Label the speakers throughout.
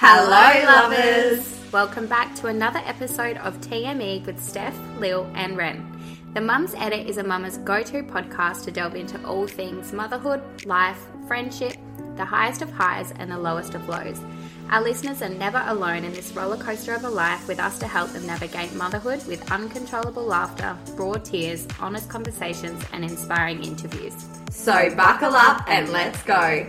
Speaker 1: Hello, lovers!
Speaker 2: Welcome back to another episode of TME with Steph, Lil, and Ren. The Mum's Edit is a mama's go to podcast to delve into all things motherhood, life, friendship, the highest of highs, and the lowest of lows. Our listeners are never alone in this roller coaster of a life with us to help them navigate motherhood with uncontrollable laughter, raw tears, honest conversations, and inspiring interviews.
Speaker 1: So buckle up and let's go.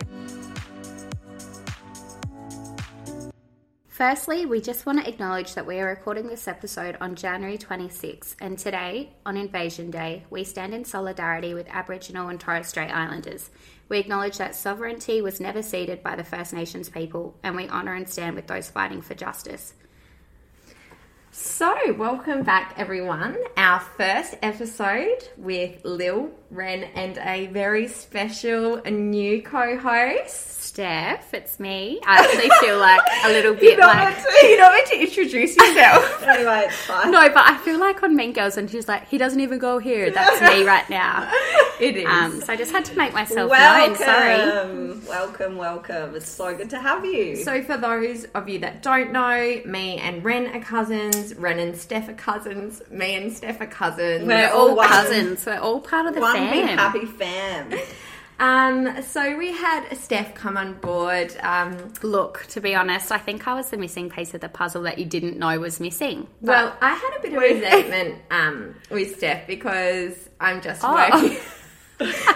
Speaker 2: Firstly, we just want to acknowledge that we are recording this episode on January 26th, and today, on Invasion Day, we stand in solidarity with Aboriginal and Torres Strait Islanders. We acknowledge that sovereignty was never ceded by the First Nations people, and we honour and stand with those fighting for justice.
Speaker 1: So, welcome back, everyone. Our first episode with Lil, Ren, and a very special new co host.
Speaker 2: Steph, it's me. I actually feel like a little bit like.
Speaker 1: You're not meant to introduce yourself.
Speaker 3: Anyway, it's fine.
Speaker 2: No, but I feel like on Mean Girls, when she's like, he doesn't even go here, that's me right now.
Speaker 1: it is.
Speaker 2: Um, so I just had to make myself known,
Speaker 3: welcome,
Speaker 2: sorry.
Speaker 3: welcome, welcome. It's so good to have you.
Speaker 1: so, for those of you that don't know, me and Ren are cousins. Ren and Steph are cousins. Me and Steph are cousins.
Speaker 3: We're
Speaker 2: all
Speaker 3: One-
Speaker 2: cousins. We're all part of the
Speaker 3: One big
Speaker 2: fam.
Speaker 3: happy fam.
Speaker 1: Um, so we had Steph come on board. Um,
Speaker 2: Look, to be honest, I think I was the missing piece of the puzzle that you didn't know was missing.
Speaker 1: well, I had a bit of
Speaker 3: Wait.
Speaker 1: resentment um, with Steph because I'm just
Speaker 2: Oh.
Speaker 1: working.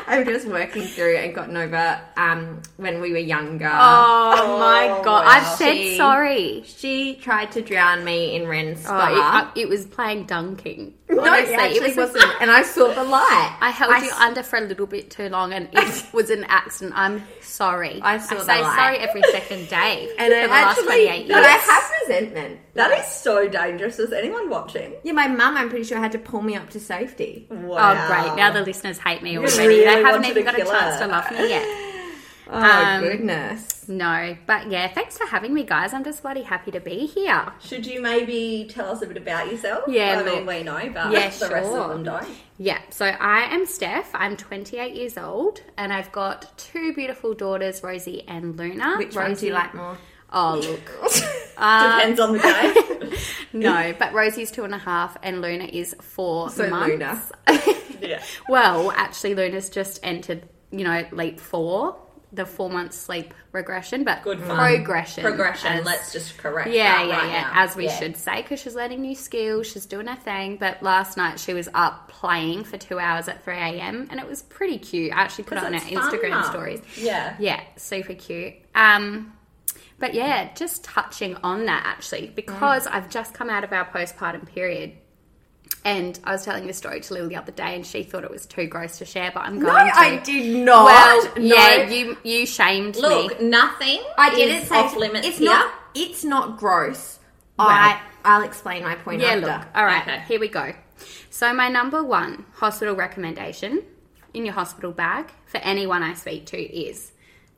Speaker 1: I'm just working through and gotten over um, when we were younger.
Speaker 2: Oh, my
Speaker 3: wow.
Speaker 2: god! I've said
Speaker 1: She-
Speaker 2: sorry.
Speaker 1: She tried to drown me in Ren's
Speaker 2: Oh, it,
Speaker 1: spa.
Speaker 2: I- it was playing dunking.
Speaker 1: no, it actually wasn't, and I saw the light.
Speaker 2: I held you
Speaker 1: s-
Speaker 2: under for a little bit too long, and it was an accident. I'm sorry.
Speaker 1: I saw the
Speaker 2: say
Speaker 1: light.
Speaker 2: sorry every second day
Speaker 1: and
Speaker 2: for
Speaker 1: I
Speaker 2: the last
Speaker 1: actually,
Speaker 2: 28
Speaker 1: but I
Speaker 2: years.
Speaker 1: have resentment.
Speaker 3: That is so dangerous. Is anyone watching?
Speaker 1: Yeah, my mum, I'm pretty sure, had to pull me up to safety.
Speaker 3: Wow.
Speaker 2: Oh, great! Now the listeners hate me already.
Speaker 3: really
Speaker 2: they haven't
Speaker 3: wanted
Speaker 2: even
Speaker 3: to
Speaker 2: got a
Speaker 3: kill
Speaker 2: chance
Speaker 3: her.
Speaker 2: to love me yet.
Speaker 1: Oh,
Speaker 2: Um,
Speaker 1: goodness.
Speaker 2: No, but yeah, thanks for having me, guys. I'm just bloody happy to be here.
Speaker 3: Should you maybe tell us a bit about yourself?
Speaker 2: Yeah,
Speaker 3: I mean
Speaker 2: look.
Speaker 3: we know, but
Speaker 2: Yeah,
Speaker 3: the rest
Speaker 2: sure.
Speaker 3: of them don't.
Speaker 2: Yeah, so I am Steph. I'm 28 years old, and I've got two beautiful daughters, Rosie and Luna.
Speaker 1: Which one do you like more?
Speaker 2: Oh, look. Um,
Speaker 3: Depends on the day.
Speaker 2: No, but Rosie's two and a half, and Luna is four
Speaker 1: So
Speaker 2: months.
Speaker 1: Luna.
Speaker 3: yeah.
Speaker 2: Well, actually, Luna's just entered, you know, leap four, the four month sleep regression, but
Speaker 3: Good fun.
Speaker 2: progression.
Speaker 3: Progression.
Speaker 2: as-
Speaker 3: Let's just correct.
Speaker 2: Yeah,
Speaker 3: that
Speaker 2: yeah,
Speaker 3: right
Speaker 2: yeah.
Speaker 3: now.
Speaker 2: As we
Speaker 3: Yeah.
Speaker 2: should say, because she's learning new skills, she's doing her thing. But last night she was up playing for two hours at 3 a.m. and it was pretty cute. I actually put it on her
Speaker 3: Because it's fun.
Speaker 2: Instagram stories.
Speaker 3: Yeah.
Speaker 2: Yeah, super cute. Um, but yeah, just touching on that actually, because I've just come out of our postpartum period. And I was telling this story to Lil the other day, and she thought it was too gross to share. But I'm going
Speaker 1: No,
Speaker 2: to.
Speaker 1: I did not.
Speaker 2: well,
Speaker 1: no.
Speaker 2: yeah, you you shamed me.
Speaker 3: Look, nothing
Speaker 1: I didn't
Speaker 3: is
Speaker 1: say
Speaker 3: off limits
Speaker 1: It's
Speaker 3: here.
Speaker 1: not. It's not gross. I I'll explain my point
Speaker 2: Yeah,
Speaker 1: after.
Speaker 2: look. All right,
Speaker 3: Okay.
Speaker 2: here we go. So, my number one hospital recommendation in your hospital bag for anyone I speak to is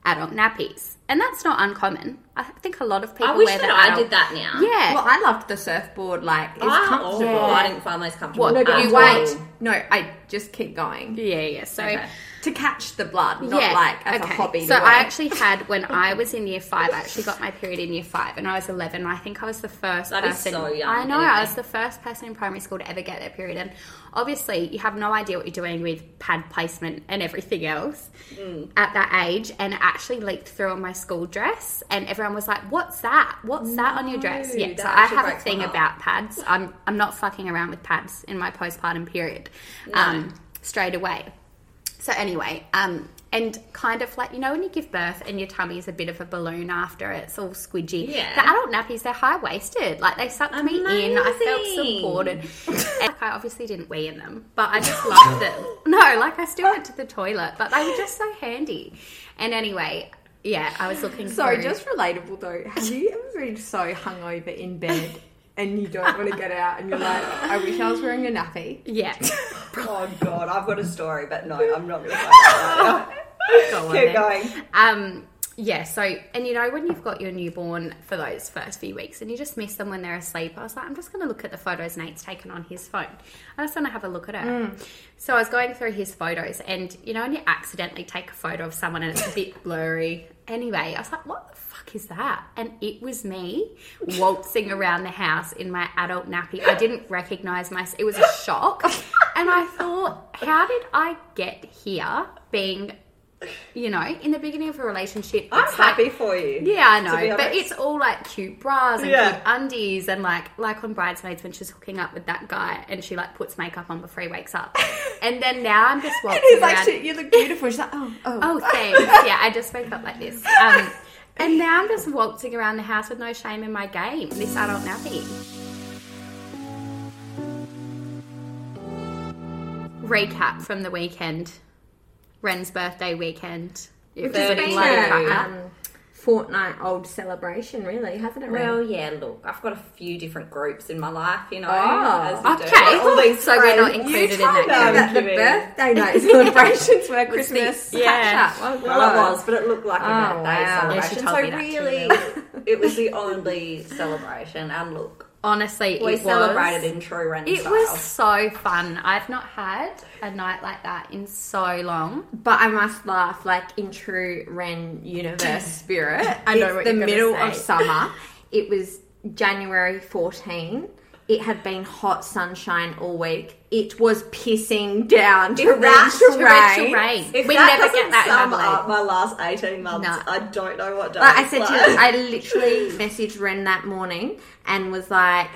Speaker 2: adult nappies. And that's not uncommon. I think a lot of people
Speaker 3: I wish
Speaker 2: wear
Speaker 3: that
Speaker 2: the
Speaker 3: I
Speaker 2: adult-
Speaker 3: did that now.
Speaker 2: Yeah. Ah,
Speaker 1: Well, I loved the surfboard. Like it's
Speaker 3: I,
Speaker 1: comfortable.
Speaker 3: oh, I
Speaker 2: Yeah.
Speaker 3: didn't find those comfortable.
Speaker 2: What,
Speaker 3: at
Speaker 1: You
Speaker 2: you
Speaker 3: all.
Speaker 1: wait. No, I just keep going
Speaker 2: yeah, yeah. So,
Speaker 3: Okay.
Speaker 1: to catch the blood, not like as a hobby.
Speaker 2: So
Speaker 1: to
Speaker 2: I
Speaker 1: wear.
Speaker 2: actually had when I was in year five. I actually got my period in year five, and I was eleven. I think I was the first
Speaker 3: That is
Speaker 2: person.
Speaker 3: so young,
Speaker 2: I know
Speaker 3: anyway.
Speaker 2: I was the first person in primary school to ever get their period, and obviously you have no idea what you're doing with pad placement and everything else
Speaker 3: Mm.
Speaker 2: at that age. And it actually leaked through on my school dress, and everyone was like, "What's that? What's that on your dress?" Yeah.
Speaker 3: that
Speaker 2: So I
Speaker 3: actually
Speaker 2: have a
Speaker 3: breaks my
Speaker 2: thing
Speaker 3: heart.
Speaker 2: about pads. I'm I'm not fucking around with pads in my postpartum period. Um, straight away. So anyway, um, and kind of like you know when you give birth and your tummy is a bit of a balloon after it's all squidgy.
Speaker 3: Yeah.
Speaker 2: The adult nappies they're high waisted, like they sucked me in. I felt
Speaker 3: Amazing.
Speaker 2: supported. and I obviously didn't wee in them, but I just loved them. No, like I still went to the toilet, but they were just so handy. And anyway, yeah, I was looking.
Speaker 1: So
Speaker 2: through-
Speaker 1: just relatable though. Have you ever been so hungover in bed and you don't want to get out and you're like, I wish I was wearing a nappy.
Speaker 2: yeah.
Speaker 3: Oh god, I've got a story, but no, I'm not going to.
Speaker 2: Go on
Speaker 3: Keep
Speaker 2: then.
Speaker 3: going.
Speaker 2: Um, yeah, so, and you know, when you've got your newborn for those first few weeks and you just miss them when they're asleep, I was like, I'm just going to look at the photos Nate's taken on his phone. I just want to have a look at her. So I was going through his photos, and you know, when you accidentally take a photo of someone and it's a bit blurry. Anyway, I was like, what the fuck? fuck is that? And it was me waltzing around the house in my adult nappy. I didn't recognize myself. It was a shock. And I thought, how did I get here being, you know, in the beginning of a relationship?
Speaker 3: I'm
Speaker 2: it's like-
Speaker 3: happy for you.
Speaker 2: yeah, I
Speaker 3: to be
Speaker 2: know, but
Speaker 3: honest.
Speaker 2: it's all like cute bras and
Speaker 3: Yeah.
Speaker 2: cute undies and like like on bridesmaids when she's hooking up with that guy and she like puts makeup on before he wakes up, and then now I'm just walking
Speaker 1: He's like,
Speaker 2: around.
Speaker 1: "Shit, you look beautiful. She's like, oh, oh.
Speaker 2: oh, thanks. yeah, I just woke up like this. Um, and now I'm just waltzing around the house with no shame in my game. This adult nappy. Recap from the weekend, Ren's birthday weekend.
Speaker 1: It's
Speaker 2: You've just
Speaker 3: Very
Speaker 1: been
Speaker 2: been
Speaker 3: low.
Speaker 2: like,
Speaker 1: a
Speaker 2: cracker.
Speaker 1: um, fortnight old celebration, really, hasn't it? Ren?
Speaker 3: Well, yeah. Look, I've got a few different groups in my life. You know.
Speaker 1: Oh,
Speaker 3: as we do.
Speaker 2: okay.
Speaker 3: All these
Speaker 2: So we're not
Speaker 3: friends.
Speaker 2: included
Speaker 3: You
Speaker 2: in that
Speaker 3: told
Speaker 2: group.
Speaker 1: the,
Speaker 3: them to
Speaker 1: the
Speaker 3: me.
Speaker 1: birthday night celebrations were Christmas.
Speaker 2: yeah.
Speaker 1: catch-up. Well,
Speaker 3: Well, I was, but it looked like a
Speaker 1: Oh,
Speaker 3: birthday
Speaker 1: wow.
Speaker 2: Yeah, she
Speaker 3: celebration.
Speaker 2: told me that too,
Speaker 3: so really, it was the only celebration. And look,
Speaker 2: Honestly,
Speaker 3: we
Speaker 2: it
Speaker 3: celebrated
Speaker 2: was.
Speaker 3: in true Ren
Speaker 2: It
Speaker 3: style.
Speaker 2: was so fun. I've not had a night like that in so long.
Speaker 1: But I must laugh, like in true Ren universe spirit.
Speaker 2: I know
Speaker 1: it's
Speaker 2: what
Speaker 1: the
Speaker 2: you're gonna
Speaker 1: middle of
Speaker 2: say.
Speaker 1: summer. It was January 14. It had been hot sunshine all week. It was pissing down
Speaker 3: that-
Speaker 1: torrential
Speaker 2: Torrential
Speaker 1: rain.
Speaker 2: rain.
Speaker 3: If
Speaker 2: we
Speaker 3: that
Speaker 2: never
Speaker 3: doesn't
Speaker 2: get that in
Speaker 3: sum
Speaker 2: Adelaide.
Speaker 3: up my last eighteen months,
Speaker 2: No.
Speaker 3: I don't know what does.
Speaker 1: Like I said to you, I literally messaged Ren that morning and was like,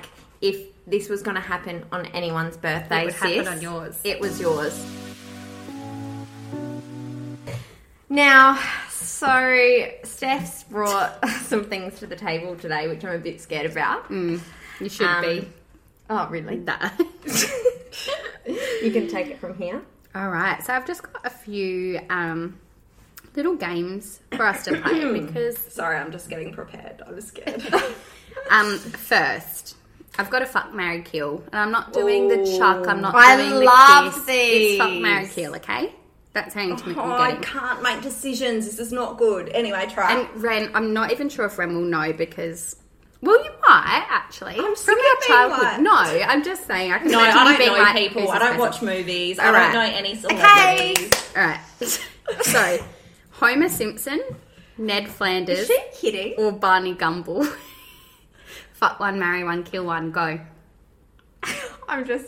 Speaker 1: if this was going to happen on anyone's birthday,
Speaker 2: It would happen
Speaker 1: sis,
Speaker 2: on yours.
Speaker 1: It was yours. Now, so Steph's brought some things to the table today, which I'm a bit scared about.
Speaker 2: You should
Speaker 1: Um,
Speaker 2: be.
Speaker 1: Oh, really?
Speaker 2: um, That.
Speaker 1: you can take it from here.
Speaker 2: All right. So I've just got a few um, little games for us to play because
Speaker 3: Sorry, I'm just getting prepared. I'm scared.
Speaker 2: um, first. I've got a fuck marry kill, and I'm not doing the chuck. I'm not
Speaker 1: Ooh. I
Speaker 2: doing
Speaker 1: love
Speaker 2: the kiss. It's fuck
Speaker 1: these.
Speaker 2: marry kill, okay? That's how intimate
Speaker 3: oh,
Speaker 2: you're
Speaker 3: I
Speaker 2: getting.
Speaker 3: can't make decisions. This is not good. Anyway, try.
Speaker 2: And Ren, I'm not even sure if Ren will know because. Well, you might actually.
Speaker 3: I'm sick
Speaker 2: From
Speaker 3: of
Speaker 2: your
Speaker 3: being
Speaker 2: childhood.
Speaker 3: like-
Speaker 2: No, I'm just saying. I can
Speaker 3: no,
Speaker 2: imagine you
Speaker 3: I don't
Speaker 2: being
Speaker 3: know
Speaker 2: like,
Speaker 3: people.
Speaker 2: who's
Speaker 3: I
Speaker 2: this
Speaker 3: don't
Speaker 2: person?
Speaker 3: watch movies.
Speaker 2: All
Speaker 3: I
Speaker 2: right.
Speaker 3: don't know any celebrities.
Speaker 2: All right. so, Homer Simpson, Ned Flanders,
Speaker 1: Is she kidding?
Speaker 2: or Barney Gumble. Fuck one, marry one, kill one, go.
Speaker 1: I'm just.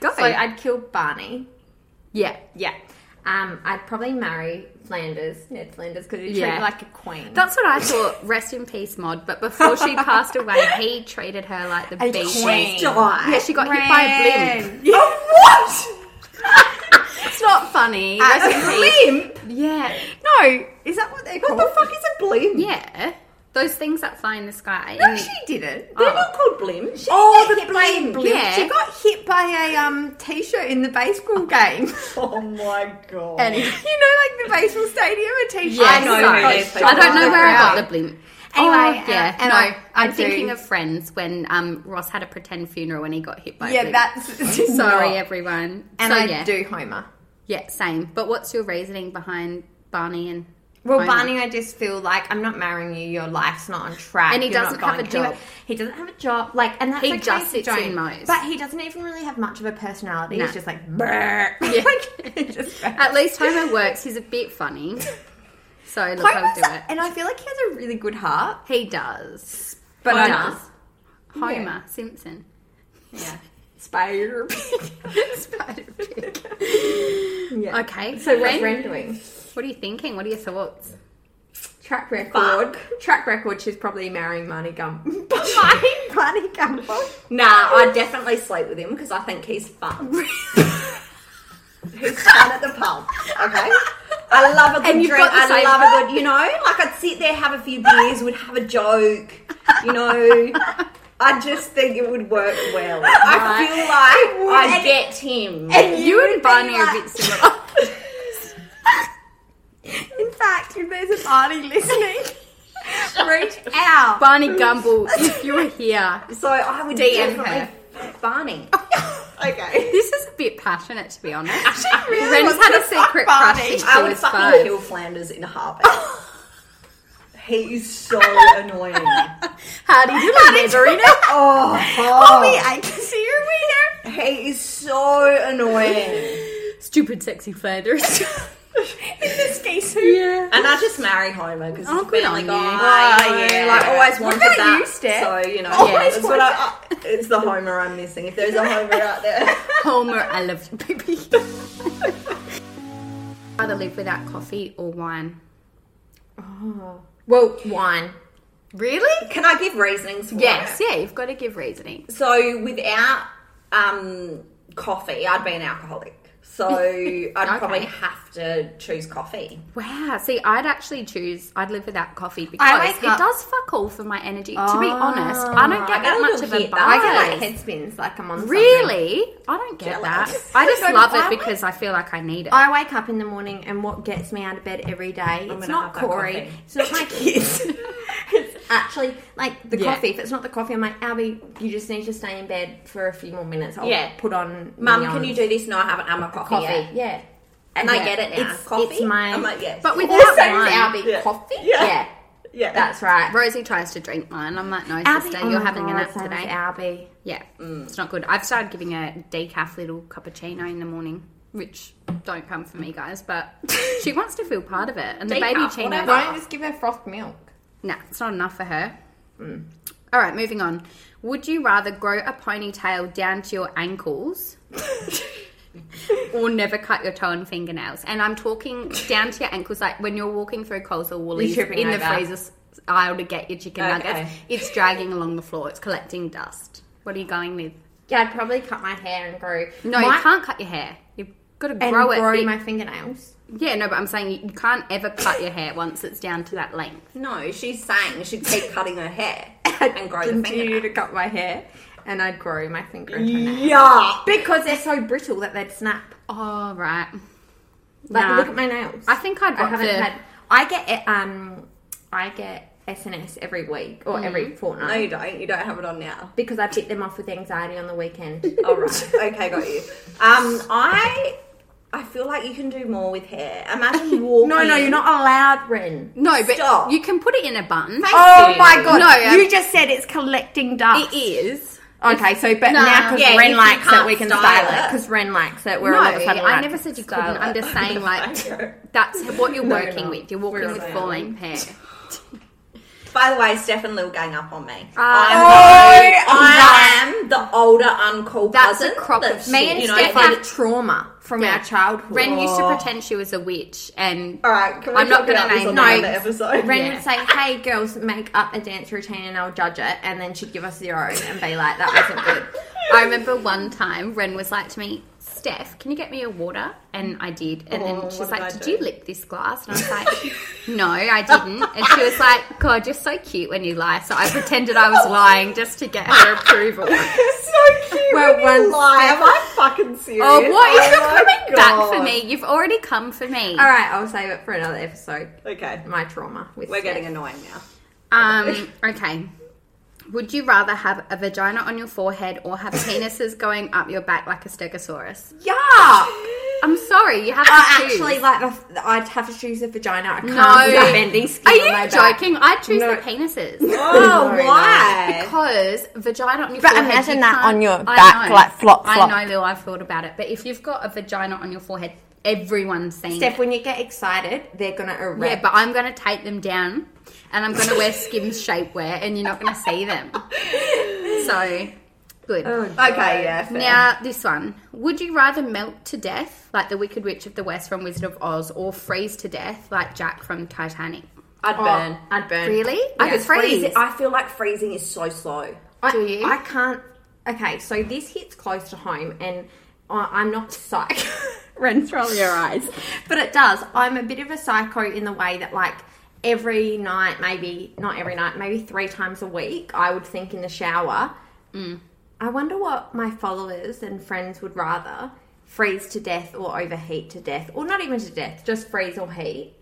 Speaker 2: Go.
Speaker 1: So I'd kill Barney.
Speaker 2: Yeah.
Speaker 1: Yeah. Um, I'd probably marry Flanders, Ned Flanders, because he treated
Speaker 2: Yeah.
Speaker 1: me like a queen.
Speaker 2: That's what I thought. Rest in peace, Maud. But before she passed away, he treated her like the beast.
Speaker 1: queen.
Speaker 3: Stop.
Speaker 2: Yeah, she got hit by a blimp.
Speaker 1: Oh,
Speaker 2: It's not funny.
Speaker 1: what?
Speaker 2: Rest in
Speaker 1: blimp?
Speaker 2: peace. Yeah.
Speaker 1: No, is that what they're called?
Speaker 3: What the fuck is a blimp?
Speaker 2: Yeah. Those things that fly in the sky.
Speaker 1: No,
Speaker 2: And-
Speaker 1: she didn't.
Speaker 3: They're not called blimps. She
Speaker 1: Oh,
Speaker 3: got
Speaker 1: the
Speaker 3: hit by a
Speaker 1: blimp.
Speaker 2: Oh. blimp. Yeah.
Speaker 1: She got hit by a um, t-shirt in the baseball game.
Speaker 3: Oh my god.
Speaker 1: you know, like the baseball stadium, a t-shirt.
Speaker 2: Yes,
Speaker 3: I know
Speaker 2: sorry.
Speaker 3: who it is,
Speaker 2: I don't know
Speaker 3: but-
Speaker 2: where I got the blimp.
Speaker 1: Anyway,
Speaker 2: Oh, yeah,
Speaker 1: uh, and
Speaker 2: no,
Speaker 1: I- I
Speaker 2: am thinking
Speaker 1: do.
Speaker 2: of Friends when um, Ross had a pretend funeral when he got hit by. a
Speaker 1: Yeah,
Speaker 2: blimp.
Speaker 1: that's
Speaker 2: sorry,
Speaker 1: not-
Speaker 2: everyone.
Speaker 1: And
Speaker 2: So,
Speaker 1: I
Speaker 2: yeah.
Speaker 1: do Homer.
Speaker 2: Yeah, same. But what's your reasoning behind Barney and?
Speaker 1: Well,
Speaker 2: Homer?
Speaker 1: Barney, I just feel like I'm not marrying you. Your life's not on track,
Speaker 2: And he
Speaker 1: You're
Speaker 2: doesn't
Speaker 1: not
Speaker 2: have
Speaker 1: going
Speaker 2: a job.
Speaker 1: anywhere. He doesn't have a job. Like, and that's
Speaker 2: He
Speaker 1: okay
Speaker 2: just
Speaker 1: if
Speaker 2: sits
Speaker 1: don't.
Speaker 2: in Moe's.
Speaker 1: But he doesn't even really have much of a personality.
Speaker 2: No.
Speaker 1: He's just like, "Brr."
Speaker 2: Yeah.
Speaker 1: Like, he just-
Speaker 2: At least Homer works. He's a bit funny. So look, I'll
Speaker 1: Homer's-
Speaker 2: do it.
Speaker 1: And I feel like he has a really good heart.
Speaker 2: He does.
Speaker 1: But
Speaker 2: Homer.
Speaker 1: I know.
Speaker 2: Homer Simpson.
Speaker 1: Yeah. Spider.
Speaker 2: Spider pig.
Speaker 1: yeah.
Speaker 2: Okay.
Speaker 1: So what's
Speaker 2: Ren,
Speaker 1: Ren doing?
Speaker 2: what are you thinking? What are your thoughts?
Speaker 1: Track record. Track record. She's probably marrying Marnie Gum. Marnie, Marnie Gumbel.
Speaker 3: Nah, I definitely sleep with him because I think he's fun. he's fun at the pub. Okay. I love a good
Speaker 2: And you've
Speaker 3: drink.
Speaker 2: got the
Speaker 3: I
Speaker 2: same-
Speaker 3: love a good, you know, like I'd sit there, have a few beers, would have a joke, you know. I just think it would work well. I feel like I get him.
Speaker 1: And
Speaker 2: You, and Barney are a bit similar.
Speaker 1: In fact, if there's a Barney listening, reach out.
Speaker 2: Barney Gumble, if you were here,
Speaker 3: So I would
Speaker 2: DM
Speaker 3: definitely Barney. okay.
Speaker 2: this is a bit passionate to be honest.
Speaker 1: really
Speaker 2: Ren's
Speaker 1: wants
Speaker 2: had a
Speaker 1: to fuck
Speaker 2: secret
Speaker 1: Barney.
Speaker 2: crush since she
Speaker 3: I would
Speaker 2: was
Speaker 3: fucking
Speaker 2: five.
Speaker 3: kill Flanders in a heartbeat. he is so annoying.
Speaker 2: How do you do it, Dorina?
Speaker 3: Oh,
Speaker 1: Ollie, I can see your winner.
Speaker 3: He is so annoying.
Speaker 2: Stupid, sexy Flanders.
Speaker 1: In the ski to.
Speaker 2: Yeah.
Speaker 3: And I just marry Homer because
Speaker 2: Oh,
Speaker 3: he's a
Speaker 2: good
Speaker 3: family
Speaker 2: on
Speaker 3: guy.
Speaker 2: you.
Speaker 3: Oh,
Speaker 1: Oh,
Speaker 3: yeah.
Speaker 1: yeah.
Speaker 3: Like always
Speaker 1: What
Speaker 3: wanted
Speaker 1: about
Speaker 3: that.
Speaker 1: you, Steph?
Speaker 3: So you know,
Speaker 1: Always
Speaker 3: that's what I, I- it's the Homer I'm missing. If there's a Homer out there,
Speaker 2: Homer, I love you, baby. Rather live without coffee or wine.
Speaker 1: Well, wine.
Speaker 2: Really?
Speaker 3: can I give reasonings? For
Speaker 2: Yes.
Speaker 3: it?
Speaker 2: Yeah, you've got to give reasoning.
Speaker 3: So without um, coffee, I'd be an alcoholic. So I'd probably have to choose coffee.
Speaker 2: Wow. See, I'd actually choose. I'd live without coffee
Speaker 1: I
Speaker 2: because
Speaker 1: wake
Speaker 2: it
Speaker 1: up- Ah,
Speaker 2: does fuck all for my energy. to be honest, I don't get that
Speaker 3: I get a
Speaker 2: much
Speaker 3: little
Speaker 2: of a
Speaker 3: hit, though.
Speaker 2: buzz.
Speaker 1: I get like head spins, like I'm on something.
Speaker 2: Really? I don't get
Speaker 3: Jealous.
Speaker 2: that. I just
Speaker 1: So do
Speaker 2: love
Speaker 1: I.
Speaker 2: it because I feel like I need it.
Speaker 1: I wake up in the morning, and what gets me out of bed every day, it's
Speaker 3: gonna
Speaker 1: not
Speaker 3: have that
Speaker 1: Corey,
Speaker 3: coffee.
Speaker 1: it's not my kids. it's actually like the
Speaker 2: Yeah.
Speaker 1: coffee. If it's not the coffee, I'm like, Albie, you just need to stay in bed for a few more minutes. I'll
Speaker 3: Yeah.
Speaker 1: put on.
Speaker 3: Mum,
Speaker 1: neon
Speaker 3: can you do this? No, I haven't. I'm a coffee.
Speaker 1: coffee?
Speaker 3: yeah.
Speaker 1: Yeah.
Speaker 3: And I get it now.
Speaker 1: It's,
Speaker 3: coffee.
Speaker 1: It's my.
Speaker 3: I'm like, yes.
Speaker 2: But
Speaker 1: All
Speaker 2: without
Speaker 1: says
Speaker 2: wine,
Speaker 1: Albie,
Speaker 3: Yeah.
Speaker 1: coffee?
Speaker 3: Yeah.
Speaker 1: yeah.
Speaker 3: yeah,
Speaker 1: That's right.
Speaker 2: Rosie tries to drink mine. I'm like, no, sister,
Speaker 1: oh
Speaker 2: you're
Speaker 1: my
Speaker 2: having a
Speaker 1: God,
Speaker 2: nap
Speaker 1: so Mm. does
Speaker 2: today.
Speaker 1: Albie.
Speaker 2: Yeah, it's not good. I've started giving a decaf little cappuccino in the morning, which don't come for me, guys. But she wants to feel part of it, and the
Speaker 3: Decaf,
Speaker 2: baby chino.
Speaker 3: whatever.
Speaker 2: No,
Speaker 1: Why don't you just give her froth milk?
Speaker 2: nah, it's not enough for her. All right, moving on. Would you rather grow a ponytail down to your ankles? or never cut your toe and fingernails. And I'm talking down to your ankles, like when you're walking through Coles or Woolies
Speaker 1: tripping
Speaker 2: in the
Speaker 1: over.
Speaker 2: freezer s- aisle to get your chicken
Speaker 3: Okay.
Speaker 2: nuggets. It's dragging along the floor. It's collecting dust. What are you going with?
Speaker 1: Yeah, I'd probably cut my hair and grow.
Speaker 2: No,
Speaker 1: my,
Speaker 2: you can't cut your hair. You've got to
Speaker 1: and
Speaker 2: grow it. big.
Speaker 1: my fingernails.
Speaker 2: yeah, no, but I'm saying you, you can't ever cut your hair once it's down to that length.
Speaker 3: No, she's saying she'd keep cutting her hair and grow the
Speaker 1: Continue
Speaker 3: fingernail.
Speaker 1: to cut my hair, and I'd grow my finger and toenail.
Speaker 3: Yeah.
Speaker 1: because they're so brittle that they'd snap.
Speaker 2: Oh, right.
Speaker 1: Like,
Speaker 2: Nah.
Speaker 1: look at my nails.
Speaker 2: I think I'd
Speaker 1: I haven't
Speaker 2: rather-
Speaker 1: had. I get it, um, I get SNS every week or every
Speaker 3: No,
Speaker 1: fortnight
Speaker 3: you don't. You don't have it on now.
Speaker 1: because I bit them off with anxiety on the weekend.
Speaker 3: All right. Okay, got you. Um, I I feel like you can do more with hair. Imagine walking.
Speaker 1: no, no, you're not allowed, Ren.
Speaker 2: No, but
Speaker 3: Stop.
Speaker 2: you can put it in a button.
Speaker 1: Oh
Speaker 3: you.
Speaker 1: my god!
Speaker 2: No, um,
Speaker 1: you just said it's collecting dust.
Speaker 2: It is.
Speaker 1: Okay, so but
Speaker 2: Nah.
Speaker 1: now because
Speaker 3: Yeah, if
Speaker 1: Ren
Speaker 3: you
Speaker 1: likes it,
Speaker 3: can't
Speaker 1: we can
Speaker 3: style
Speaker 1: style it
Speaker 3: it.
Speaker 1: because Ren likes it. We're
Speaker 2: No,
Speaker 1: all of a sudden
Speaker 2: I
Speaker 1: allowed
Speaker 2: never
Speaker 1: to
Speaker 2: said you
Speaker 1: style
Speaker 2: couldn't.
Speaker 1: it.
Speaker 2: I'm just saying, like, that's what you're
Speaker 1: No,
Speaker 2: working
Speaker 1: no.
Speaker 2: with. You're walking
Speaker 1: We're
Speaker 2: with
Speaker 1: allowed.
Speaker 2: falling hair.
Speaker 3: By the way, Steph and Lil gang up on me.
Speaker 1: Oh,
Speaker 3: I am the older uncool
Speaker 2: That's a
Speaker 3: cousin.
Speaker 2: crop of
Speaker 3: that's-
Speaker 2: Me and
Speaker 3: you know,
Speaker 2: Steph
Speaker 1: Steph
Speaker 2: had
Speaker 1: had trauma from
Speaker 2: Yeah.
Speaker 1: our childhood.
Speaker 2: Ren used to
Speaker 3: Oh.
Speaker 2: pretend she was a witch, and
Speaker 3: All right, can we
Speaker 2: I'm not
Speaker 3: talk about
Speaker 2: gonna
Speaker 3: this on
Speaker 2: name
Speaker 3: another
Speaker 1: names.
Speaker 3: episode?
Speaker 1: Ren
Speaker 2: Yeah.
Speaker 1: would say, "Hey, girls, make up a dance routine, and I'll judge it." And then she'd give us zero and be like, "That wasn't good."
Speaker 2: I remember one time Ren was like to me, Steph, can you get me a water? And I did. And
Speaker 3: Oh,
Speaker 2: then she's
Speaker 3: what
Speaker 2: like,
Speaker 3: did I
Speaker 2: Did
Speaker 3: do?
Speaker 2: you lick this glass? And I was like, No, I didn't. And she was like, God, you're so cute when you lie. So I pretended I was lying just to get her approval.
Speaker 3: so cute.
Speaker 1: Well,
Speaker 3: Well, when
Speaker 1: one
Speaker 3: you lie.
Speaker 1: step-
Speaker 3: Am I fucking serious?
Speaker 2: Oh, what? You're
Speaker 3: my
Speaker 2: coming
Speaker 3: God.
Speaker 2: back for me. You've already come for me.
Speaker 1: All right, I'll save it for another episode.
Speaker 3: Okay,
Speaker 1: My trauma. With
Speaker 3: we're
Speaker 1: Steph.
Speaker 3: getting annoying now.
Speaker 2: Um, okay. Would you rather have a vagina on your forehead or have penises going up your back like a stegosaurus?
Speaker 1: yuck.
Speaker 2: I'm sorry, you have to
Speaker 1: I
Speaker 2: choose.
Speaker 1: actually like. my- I'd have to choose a vagina. I can't
Speaker 2: No.
Speaker 1: no. bending skin.
Speaker 2: Are
Speaker 1: on my
Speaker 2: you
Speaker 1: back.
Speaker 2: joking? I choose
Speaker 1: No.
Speaker 2: the penises.
Speaker 3: Oh,
Speaker 1: Sorry,
Speaker 3: why?
Speaker 2: Because vagina on your
Speaker 1: But
Speaker 2: forehead.
Speaker 1: imagine
Speaker 2: you
Speaker 1: that
Speaker 2: can't-
Speaker 1: on your
Speaker 2: I
Speaker 1: back,
Speaker 2: know.
Speaker 1: like, flop, flop.
Speaker 2: I know, Lil, I've thought about it. But if you've got a vagina on your forehead, everyone's seeing
Speaker 1: Steph,
Speaker 2: it.
Speaker 1: when you get excited, they're gonna erect.
Speaker 2: Yeah, but I'm going to take them down and I'm going to wear Skims shapewear and you're not going to see them. So, good.
Speaker 1: Oh,
Speaker 3: okay, Oh, yeah. Fair.
Speaker 2: Now, this one. Would you rather melt to death, like the Wicked Witch of the West from Wizard of Oz, or freeze to death, like Jack from Titanic?
Speaker 3: I'd
Speaker 1: Oh,
Speaker 3: burn.
Speaker 1: I'd burn.
Speaker 2: Really? I could freeze.
Speaker 3: Freeze. I feel like freezing is so slow.
Speaker 1: I,
Speaker 2: Do you?
Speaker 1: I can't. Okay, so this hits close to home, and I, I'm not psych. Ren's rolling her eyes, but it does. I'm a bit of a psycho in the way that like. Every night, maybe not every night, maybe three times a week, I would think in the shower, I wonder what my followers and friends would rather freeze to death or overheat to death, or not even to death, just freeze or heat.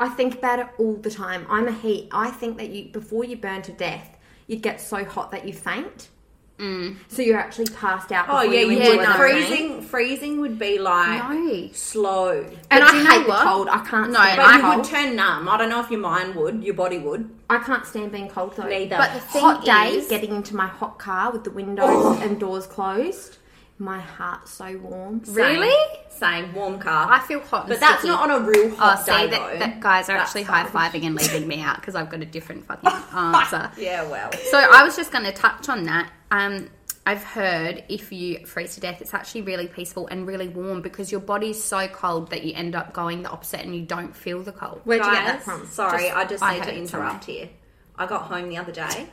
Speaker 1: I think about it all the time. I'm a heat. I think that you before you burn to death, you'd get so hot that you faint. Mm. So you're actually passed out. Before
Speaker 3: Oh yeah,
Speaker 1: you,
Speaker 3: you
Speaker 1: enjoy
Speaker 3: would.
Speaker 1: the rain.
Speaker 3: freezing, freezing would be like
Speaker 2: No.
Speaker 3: slow.
Speaker 1: And
Speaker 2: But do
Speaker 1: I
Speaker 2: you know
Speaker 1: hate the
Speaker 2: what?
Speaker 1: cold. I can't.
Speaker 2: No,
Speaker 1: stand
Speaker 2: but
Speaker 1: being
Speaker 3: you would
Speaker 1: cold.
Speaker 3: turn numb. I don't know if your mind would, your body would.
Speaker 1: I can't stand being cold though.
Speaker 3: Neither.
Speaker 2: But the thing
Speaker 1: hot day,
Speaker 2: is-
Speaker 1: getting into my hot car with the windows and doors closed. my heart's so warm.
Speaker 2: Really?
Speaker 3: Same warm car.
Speaker 2: I feel hot. And
Speaker 3: but that's
Speaker 2: sticky.
Speaker 3: not on a real
Speaker 2: Oh,
Speaker 3: hot
Speaker 2: see,
Speaker 3: day
Speaker 2: that,
Speaker 3: though.
Speaker 2: that guys are
Speaker 3: That's
Speaker 2: actually high
Speaker 3: fine.
Speaker 2: fiving and leaving me out because I've got a different fucking answer.
Speaker 3: Yeah, well.
Speaker 2: So I was just going to touch on that. Um, I've heard if you freeze to death, it's actually really peaceful and really warm because your body's so cold that you end up going the opposite and you don't feel the cold.
Speaker 1: Where'd you get
Speaker 3: Guys,
Speaker 1: that from?
Speaker 3: Sorry,
Speaker 2: Just-
Speaker 3: I just
Speaker 2: I
Speaker 3: need
Speaker 2: heard
Speaker 3: to
Speaker 2: it somewhere.
Speaker 3: interrupt here. I got home the other day,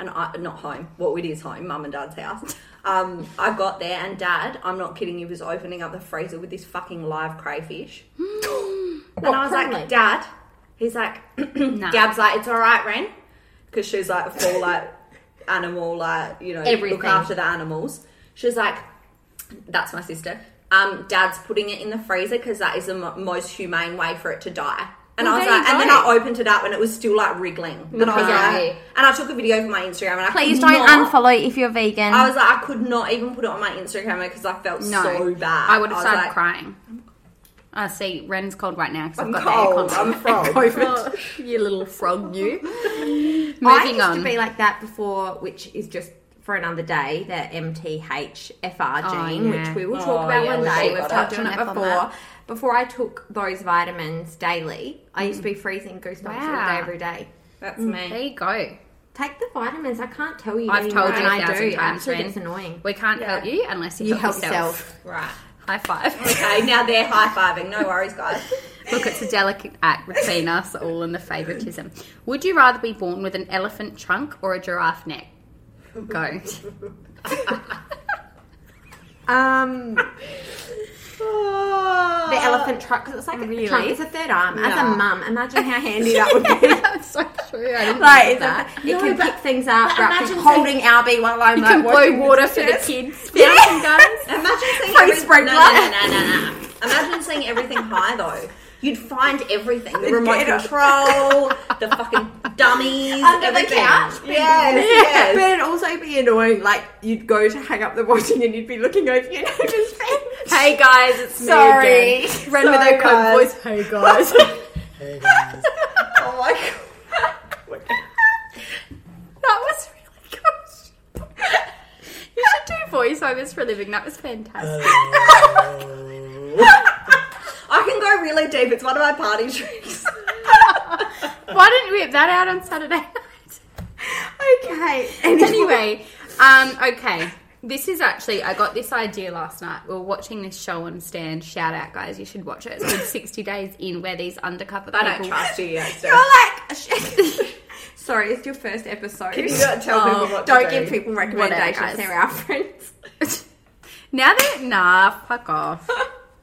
Speaker 3: and I not home. Well, it is home, mum and dad's house. Um, I got there, and dad, I'm not kidding, he was opening up the freezer with this fucking live crayfish. and I was
Speaker 1: crawling?
Speaker 3: like, Dad, he's like,
Speaker 2: No.
Speaker 3: Gab's like, it's all right, Ren, because she's like a full like animal, like you know,
Speaker 1: Everything.
Speaker 3: look after the animals. She's like, that's my sister. Um, Dad's putting it in the freezer because that is the mo- most humane way for it to die. And
Speaker 1: Well,
Speaker 3: I was
Speaker 1: there you
Speaker 3: like, and then
Speaker 1: go.
Speaker 3: I opened it up and it was still like wriggling. And I was
Speaker 1: Okay.
Speaker 3: like, and I took a video for my Instagram. And I
Speaker 1: Please
Speaker 3: could
Speaker 1: don't
Speaker 3: not-
Speaker 1: unfollow if you're vegan.
Speaker 3: I was like, I could not even put it on my Instagram because I felt
Speaker 2: No,
Speaker 3: so bad.
Speaker 2: I would have
Speaker 3: was
Speaker 2: started
Speaker 3: like,
Speaker 2: crying. I see Ren's cold right now because I've
Speaker 3: I'm
Speaker 2: got
Speaker 3: cold.
Speaker 2: the aircon.
Speaker 3: I'm frog.
Speaker 2: you little frog, you.
Speaker 1: I
Speaker 2: Moving
Speaker 1: used
Speaker 2: on.
Speaker 1: to be like that before, which is just for another day, the MTHFR
Speaker 2: Oh,
Speaker 1: gene,
Speaker 2: yeah.
Speaker 1: which we will
Speaker 3: Oh,
Speaker 1: talk about
Speaker 3: yeah,
Speaker 1: one
Speaker 3: we
Speaker 1: day.
Speaker 3: should
Speaker 1: We've
Speaker 3: go
Speaker 1: touched
Speaker 2: down
Speaker 1: on it
Speaker 2: up on
Speaker 1: before.
Speaker 2: that.
Speaker 1: Before I took those vitamins daily, I used to be freezing goosenecks all
Speaker 2: Mm. Wow.
Speaker 1: day, every day.
Speaker 3: That's
Speaker 2: There
Speaker 3: me.
Speaker 2: you go.
Speaker 1: Take the vitamins. I can't tell you.
Speaker 2: I've
Speaker 1: anymore,
Speaker 2: told
Speaker 1: and
Speaker 2: you a
Speaker 1: I
Speaker 2: thousand
Speaker 1: do.
Speaker 2: times,
Speaker 1: Actually,
Speaker 2: Ren.
Speaker 1: it's annoying.
Speaker 2: We can't
Speaker 3: Yeah.
Speaker 2: help you unless you,
Speaker 1: You
Speaker 2: help,
Speaker 1: help
Speaker 2: yourself.
Speaker 3: Right.
Speaker 2: High five.
Speaker 3: Okay, now they're high fiving. No worries, guys.
Speaker 2: Look, it's a delicate act between us all and the favouritism. Would you rather be born with an elephant trunk or a giraffe neck? Go.
Speaker 1: Um, the
Speaker 3: the
Speaker 1: elephant truck. 'cause it's like
Speaker 2: Really?
Speaker 1: a trunk. It's a third arm. As
Speaker 3: Nah.
Speaker 1: a mum, imagine how handy that would be.
Speaker 2: That's so true. I didn't
Speaker 1: Like,
Speaker 2: think
Speaker 1: it's
Speaker 2: of that.
Speaker 1: a- it can pick things up. wrap
Speaker 3: imagine
Speaker 1: it- holding our B one alone. You
Speaker 2: can blow water for the kids. Yeah. guys.
Speaker 3: Imagine
Speaker 1: Hey,
Speaker 3: seeing everything.
Speaker 1: sprinkler.
Speaker 3: No, no, no, no, no. Imagine seeing everything high though. You'd find everything: the remote
Speaker 1: Get it.
Speaker 3: control, the fucking dummies,
Speaker 1: Under the
Speaker 3: everything.
Speaker 1: couch.
Speaker 3: Yes, yes.
Speaker 1: But it'd also be annoying. Like you'd go to hang up the washing and you'd be looking over your neighbour's fence.
Speaker 2: Hey guys, it's
Speaker 1: Sorry.
Speaker 2: me again. Ren with
Speaker 3: Sorry,
Speaker 2: her cold
Speaker 3: guys.
Speaker 2: voice. Hey guys.
Speaker 3: oh my god.
Speaker 2: That was really good. you should do voiceovers for a living. That was fantastic.
Speaker 3: I can go really deep. It's one of my party tricks.
Speaker 2: Uh. Why didn't we have that out on Saturday night?
Speaker 1: Okay.
Speaker 2: anyway, um, okay. This is actually I got this idea last night. We were watching this show on Stan. Shout out, guys! You should watch it. It's called Sixty Days In, where these undercover
Speaker 3: I don't
Speaker 2: people.
Speaker 3: trust you yet. So.
Speaker 1: You're like, sorry, it's your first episode.
Speaker 3: You don't tell
Speaker 2: Oh,
Speaker 3: people what to
Speaker 1: Don't
Speaker 3: do.
Speaker 1: give people
Speaker 2: guys.
Speaker 1: recommendations. They're our friends.
Speaker 2: now that nah, fuck off.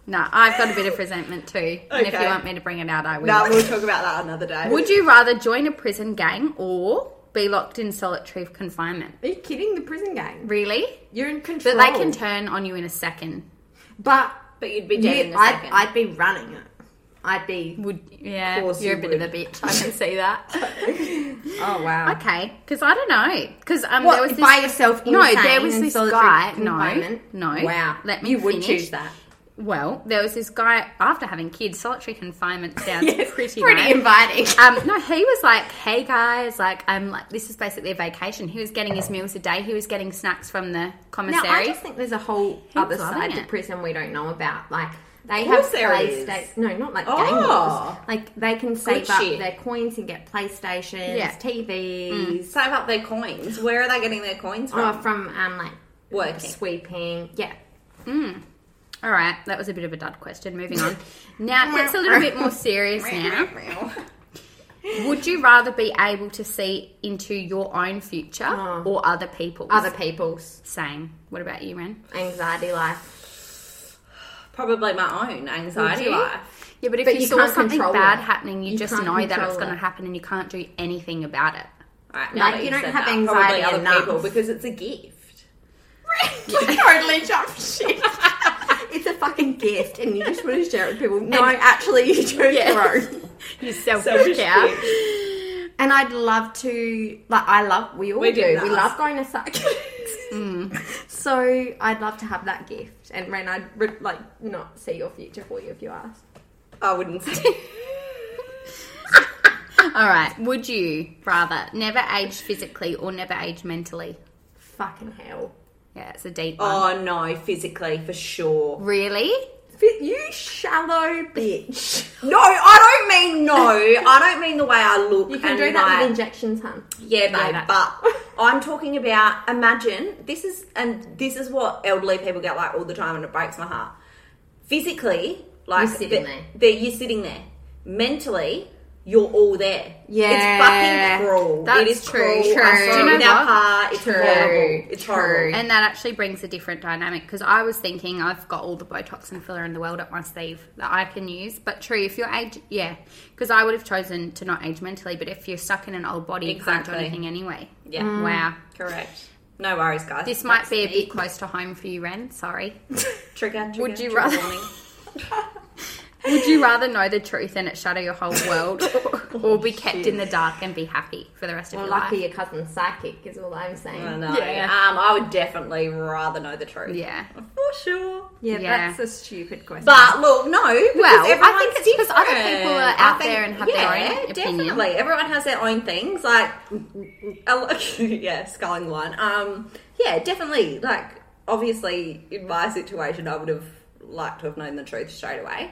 Speaker 2: Nah, I've got a bit of resentment too. And if you
Speaker 3: Okay.
Speaker 2: want me to bring it out, I will.
Speaker 3: No, we'll talk about that another day.
Speaker 2: Would you rather join a prison gang or be locked in solitary confignment?
Speaker 1: Are you kidding? The prison gang.
Speaker 2: Really?
Speaker 1: You're in control.
Speaker 2: But they can turn on you in a second.
Speaker 1: But
Speaker 3: but you'd be
Speaker 1: you,
Speaker 3: dead in a
Speaker 1: I'd,
Speaker 3: second.
Speaker 1: I'd be running it. I'd be.
Speaker 2: Would yeah?
Speaker 3: Of course
Speaker 2: You're a
Speaker 3: you
Speaker 2: bit of
Speaker 3: would.
Speaker 2: a bitch. I can see that.
Speaker 1: Oh wow.
Speaker 2: okay, because I don't know. Because um,
Speaker 1: What,
Speaker 2: there was this,
Speaker 1: by yourself?
Speaker 2: no,
Speaker 1: insane
Speaker 2: there was
Speaker 1: in
Speaker 2: this
Speaker 1: solitary
Speaker 2: guy. No,
Speaker 1: confinement?
Speaker 2: no.
Speaker 1: Wow.
Speaker 2: Let me
Speaker 1: you would
Speaker 2: finish.
Speaker 1: choose that.
Speaker 2: Well, there was this guy after having kids. Solitary confinement sounds
Speaker 1: Yes,
Speaker 2: pretty
Speaker 1: pretty
Speaker 2: nice.
Speaker 1: inviting.
Speaker 2: um, no, he was like, "Hey guys, like, I'm like, this is basically a vacation." He was getting his meals a day. He was getting snacks from the
Speaker 1: Now, I
Speaker 2: commissary.
Speaker 1: just think there's a whole
Speaker 2: He's
Speaker 1: other side
Speaker 2: loving
Speaker 1: to
Speaker 2: it.
Speaker 1: prison we don't know about. Like they
Speaker 3: Of
Speaker 1: have
Speaker 3: course there is.
Speaker 1: PlayStation. No, not like game
Speaker 3: Oh.
Speaker 1: wars. Like they can save
Speaker 3: shit.
Speaker 1: up their coins and get PlayStations,
Speaker 2: Yeah.
Speaker 1: TVs.
Speaker 3: save up their coins? Where are they getting their coins
Speaker 1: Or from
Speaker 3: from?
Speaker 1: um like
Speaker 3: Mm. Working.
Speaker 1: sweeping. Yeah.
Speaker 2: All right, that was a bit of a dud question. Moving on. Now it gets a little bit more serious. Now, would you rather be able to see into your own future
Speaker 1: Oh.
Speaker 2: or other people's?
Speaker 1: Other people's
Speaker 2: Same. What about you, Ren?
Speaker 1: anxiety life.
Speaker 3: Probably my own anxiety
Speaker 2: Would you?
Speaker 3: life.
Speaker 2: Yeah, but if
Speaker 1: But
Speaker 2: you,
Speaker 1: you
Speaker 2: saw
Speaker 1: can't
Speaker 2: something
Speaker 1: control
Speaker 2: bad
Speaker 1: it.
Speaker 2: happening, you,
Speaker 1: You
Speaker 2: just
Speaker 1: can't
Speaker 2: know that
Speaker 1: control
Speaker 2: it's going to
Speaker 1: it.
Speaker 2: happen, and you can't do anything about it.
Speaker 3: Right, now
Speaker 1: Like,
Speaker 3: that
Speaker 1: you
Speaker 3: you've
Speaker 1: don't
Speaker 3: said
Speaker 1: have
Speaker 3: that,
Speaker 1: anxiety
Speaker 3: probably other
Speaker 1: enough.
Speaker 3: people because it's a gift.
Speaker 1: you totally jump shit. It's a fucking gift, and you just want to share it with people. No, actually, you chose your own.
Speaker 2: You selfish,
Speaker 3: Selfish
Speaker 2: cow.
Speaker 3: bitch.
Speaker 1: And I'd love to, like, I love, we all
Speaker 3: We
Speaker 1: do,
Speaker 3: didn't
Speaker 1: we
Speaker 3: ask.
Speaker 1: love going to psychics. So I'd love to have that gift. And Ren, I'd, re- like, not see your future for you if you asked.
Speaker 3: I wouldn't say.
Speaker 2: All right. Would you rather never age physically or never age mentally?
Speaker 1: Fucking hell.
Speaker 2: Yeah, it's a deep one.
Speaker 3: Oh no, physically for sure.
Speaker 2: Really?
Speaker 1: Fit you shallow bitch.
Speaker 3: No, I don't mean no. I don't mean the way I look.
Speaker 1: You can
Speaker 3: and
Speaker 1: do that
Speaker 3: like-
Speaker 1: with injections, hun.
Speaker 3: Yeah, babe,
Speaker 2: that-
Speaker 3: but I'm talking about imagine this is and this is what elderly people get like all the time and it breaks my heart. Physically, like
Speaker 1: You're sitting
Speaker 3: the-
Speaker 1: there.
Speaker 3: the- you're sitting there. Mentally, you're all there.
Speaker 1: Yeah.
Speaker 3: It's fucking cruel. it
Speaker 2: That's
Speaker 3: is
Speaker 2: true,
Speaker 3: cruel. I
Speaker 2: true.
Speaker 3: saw
Speaker 2: Do you
Speaker 3: it
Speaker 2: know
Speaker 3: in our
Speaker 2: what?
Speaker 3: car. It's
Speaker 1: True,
Speaker 3: horrible. It's
Speaker 1: true.
Speaker 3: horrible.
Speaker 2: And that actually brings a different dynamic because I was thinking I've got all the Botox and filler in the world up my sleeve that I can use. But true, if you're age, yeah, because I would have chosen to not age mentally. But if you're stuck in an old body, you can't
Speaker 3: Exactly.
Speaker 2: do anything anyway.
Speaker 3: Yeah.
Speaker 2: Wow,
Speaker 3: Correct. No worries, guys.
Speaker 2: mm. this might be a bit close to home for you, Ren. Sorry.
Speaker 3: trigger, trigger.
Speaker 2: Would you
Speaker 3: trigger
Speaker 2: rather-
Speaker 3: warning.
Speaker 2: Would you rather know the truth and it shatter your whole world, or be kept in the dark and be happy for the rest of
Speaker 1: Well,
Speaker 2: your
Speaker 1: lucky
Speaker 2: life?
Speaker 1: your cousin's psychic is all I'm saying.
Speaker 3: I know.
Speaker 2: Yeah.
Speaker 3: Um, I would definitely rather know the truth.
Speaker 2: Yeah.
Speaker 3: For sure.
Speaker 1: Yeah,
Speaker 2: Yeah.
Speaker 1: that's a stupid question.
Speaker 3: But look, no. because
Speaker 2: Well, I
Speaker 3: everyone's
Speaker 2: think it's because other
Speaker 3: different.
Speaker 2: people are
Speaker 3: I
Speaker 2: out there and have their
Speaker 3: yeah,
Speaker 2: own opinion.
Speaker 3: Definitely, everyone has their own things. Like, a lo- yeah, sculling line. Um, yeah, definitely. Like, obviously, in my situation, I would have liked to have known the truth straight away.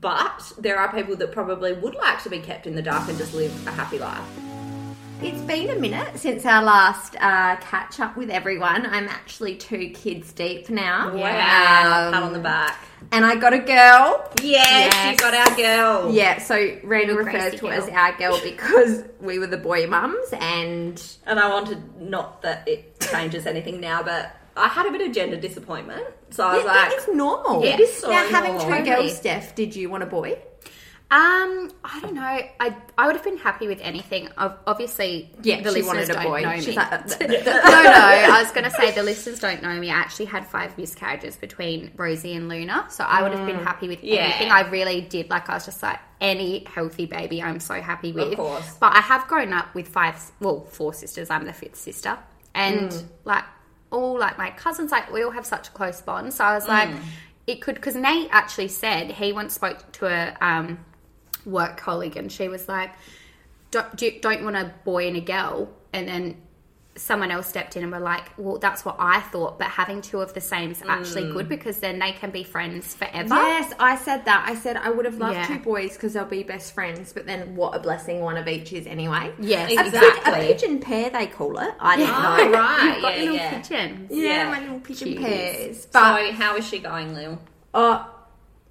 Speaker 3: But there are people that probably would like to be kept in the dark and just live a happy life.
Speaker 1: It's been a minute since our last uh, catch up with everyone. I'm actually two kids deep now.
Speaker 3: Wow,
Speaker 1: Um,
Speaker 3: pat on the back.
Speaker 1: And I got a girl.
Speaker 3: Yes, you
Speaker 2: Yes.
Speaker 3: got our girl.
Speaker 1: Yeah, so Ren
Speaker 2: Little
Speaker 1: refers
Speaker 2: Gracie
Speaker 1: to it as
Speaker 2: girl.
Speaker 1: our girl because we were the boy mums and
Speaker 3: and I wanted not that it changes anything now, but I had a bit of gender disappointment, so I was
Speaker 1: Yeah,
Speaker 3: like,
Speaker 1: it's normal.
Speaker 3: Yeah, it is so
Speaker 1: now, having
Speaker 3: normal.
Speaker 1: two
Speaker 2: Totally.
Speaker 1: girls, Steph, did you want a boy?
Speaker 2: Um, I don't know. I I would have been happy with anything. I've, obviously,
Speaker 1: Yeah,
Speaker 2: the
Speaker 1: she
Speaker 2: listeners
Speaker 1: wanted a
Speaker 2: don't
Speaker 1: boy.
Speaker 2: know me.
Speaker 1: She's like, uh, th- th-
Speaker 2: no, no. I was going to say the listeners don't know me. I actually had five miscarriages between Rosie and Luna, so I would have been happy with
Speaker 3: Mm, Yeah.
Speaker 2: anything. I really did. Like I was just like any healthy baby, I'm so happy with.
Speaker 3: course.
Speaker 2: But I have grown up with five, s- well, four sisters. I'm the fifth sister, and
Speaker 3: Mm.
Speaker 2: like all like my cousins, like we all have such a close bond. So I was like,
Speaker 3: Mm.
Speaker 2: it could because Nate actually said he once spoke to a um, work colleague, and she was like, "Don't do, you- don't want a boy and a girl," and then. Someone else stepped in and were like, "Well, that's what I thought, but having two of the same is actually good because then they can be friends forever."
Speaker 1: Yes, I said that. I said I would have loved
Speaker 2: Yeah.
Speaker 1: two boys because they'll be best friends, but then what a blessing one of each is anyway.
Speaker 2: Yes,
Speaker 1: A pig-
Speaker 3: exactly.
Speaker 1: A pigeon pair, they call it. I didn't
Speaker 3: Oh,
Speaker 1: know.
Speaker 3: right,
Speaker 2: You've got
Speaker 3: yeah,
Speaker 2: little
Speaker 3: yeah.
Speaker 2: pigeons.
Speaker 1: Yeah,
Speaker 3: Yeah.
Speaker 1: my little pigeon
Speaker 2: Cuties.
Speaker 1: pears. But
Speaker 3: so how is she going, Lil?
Speaker 1: uh,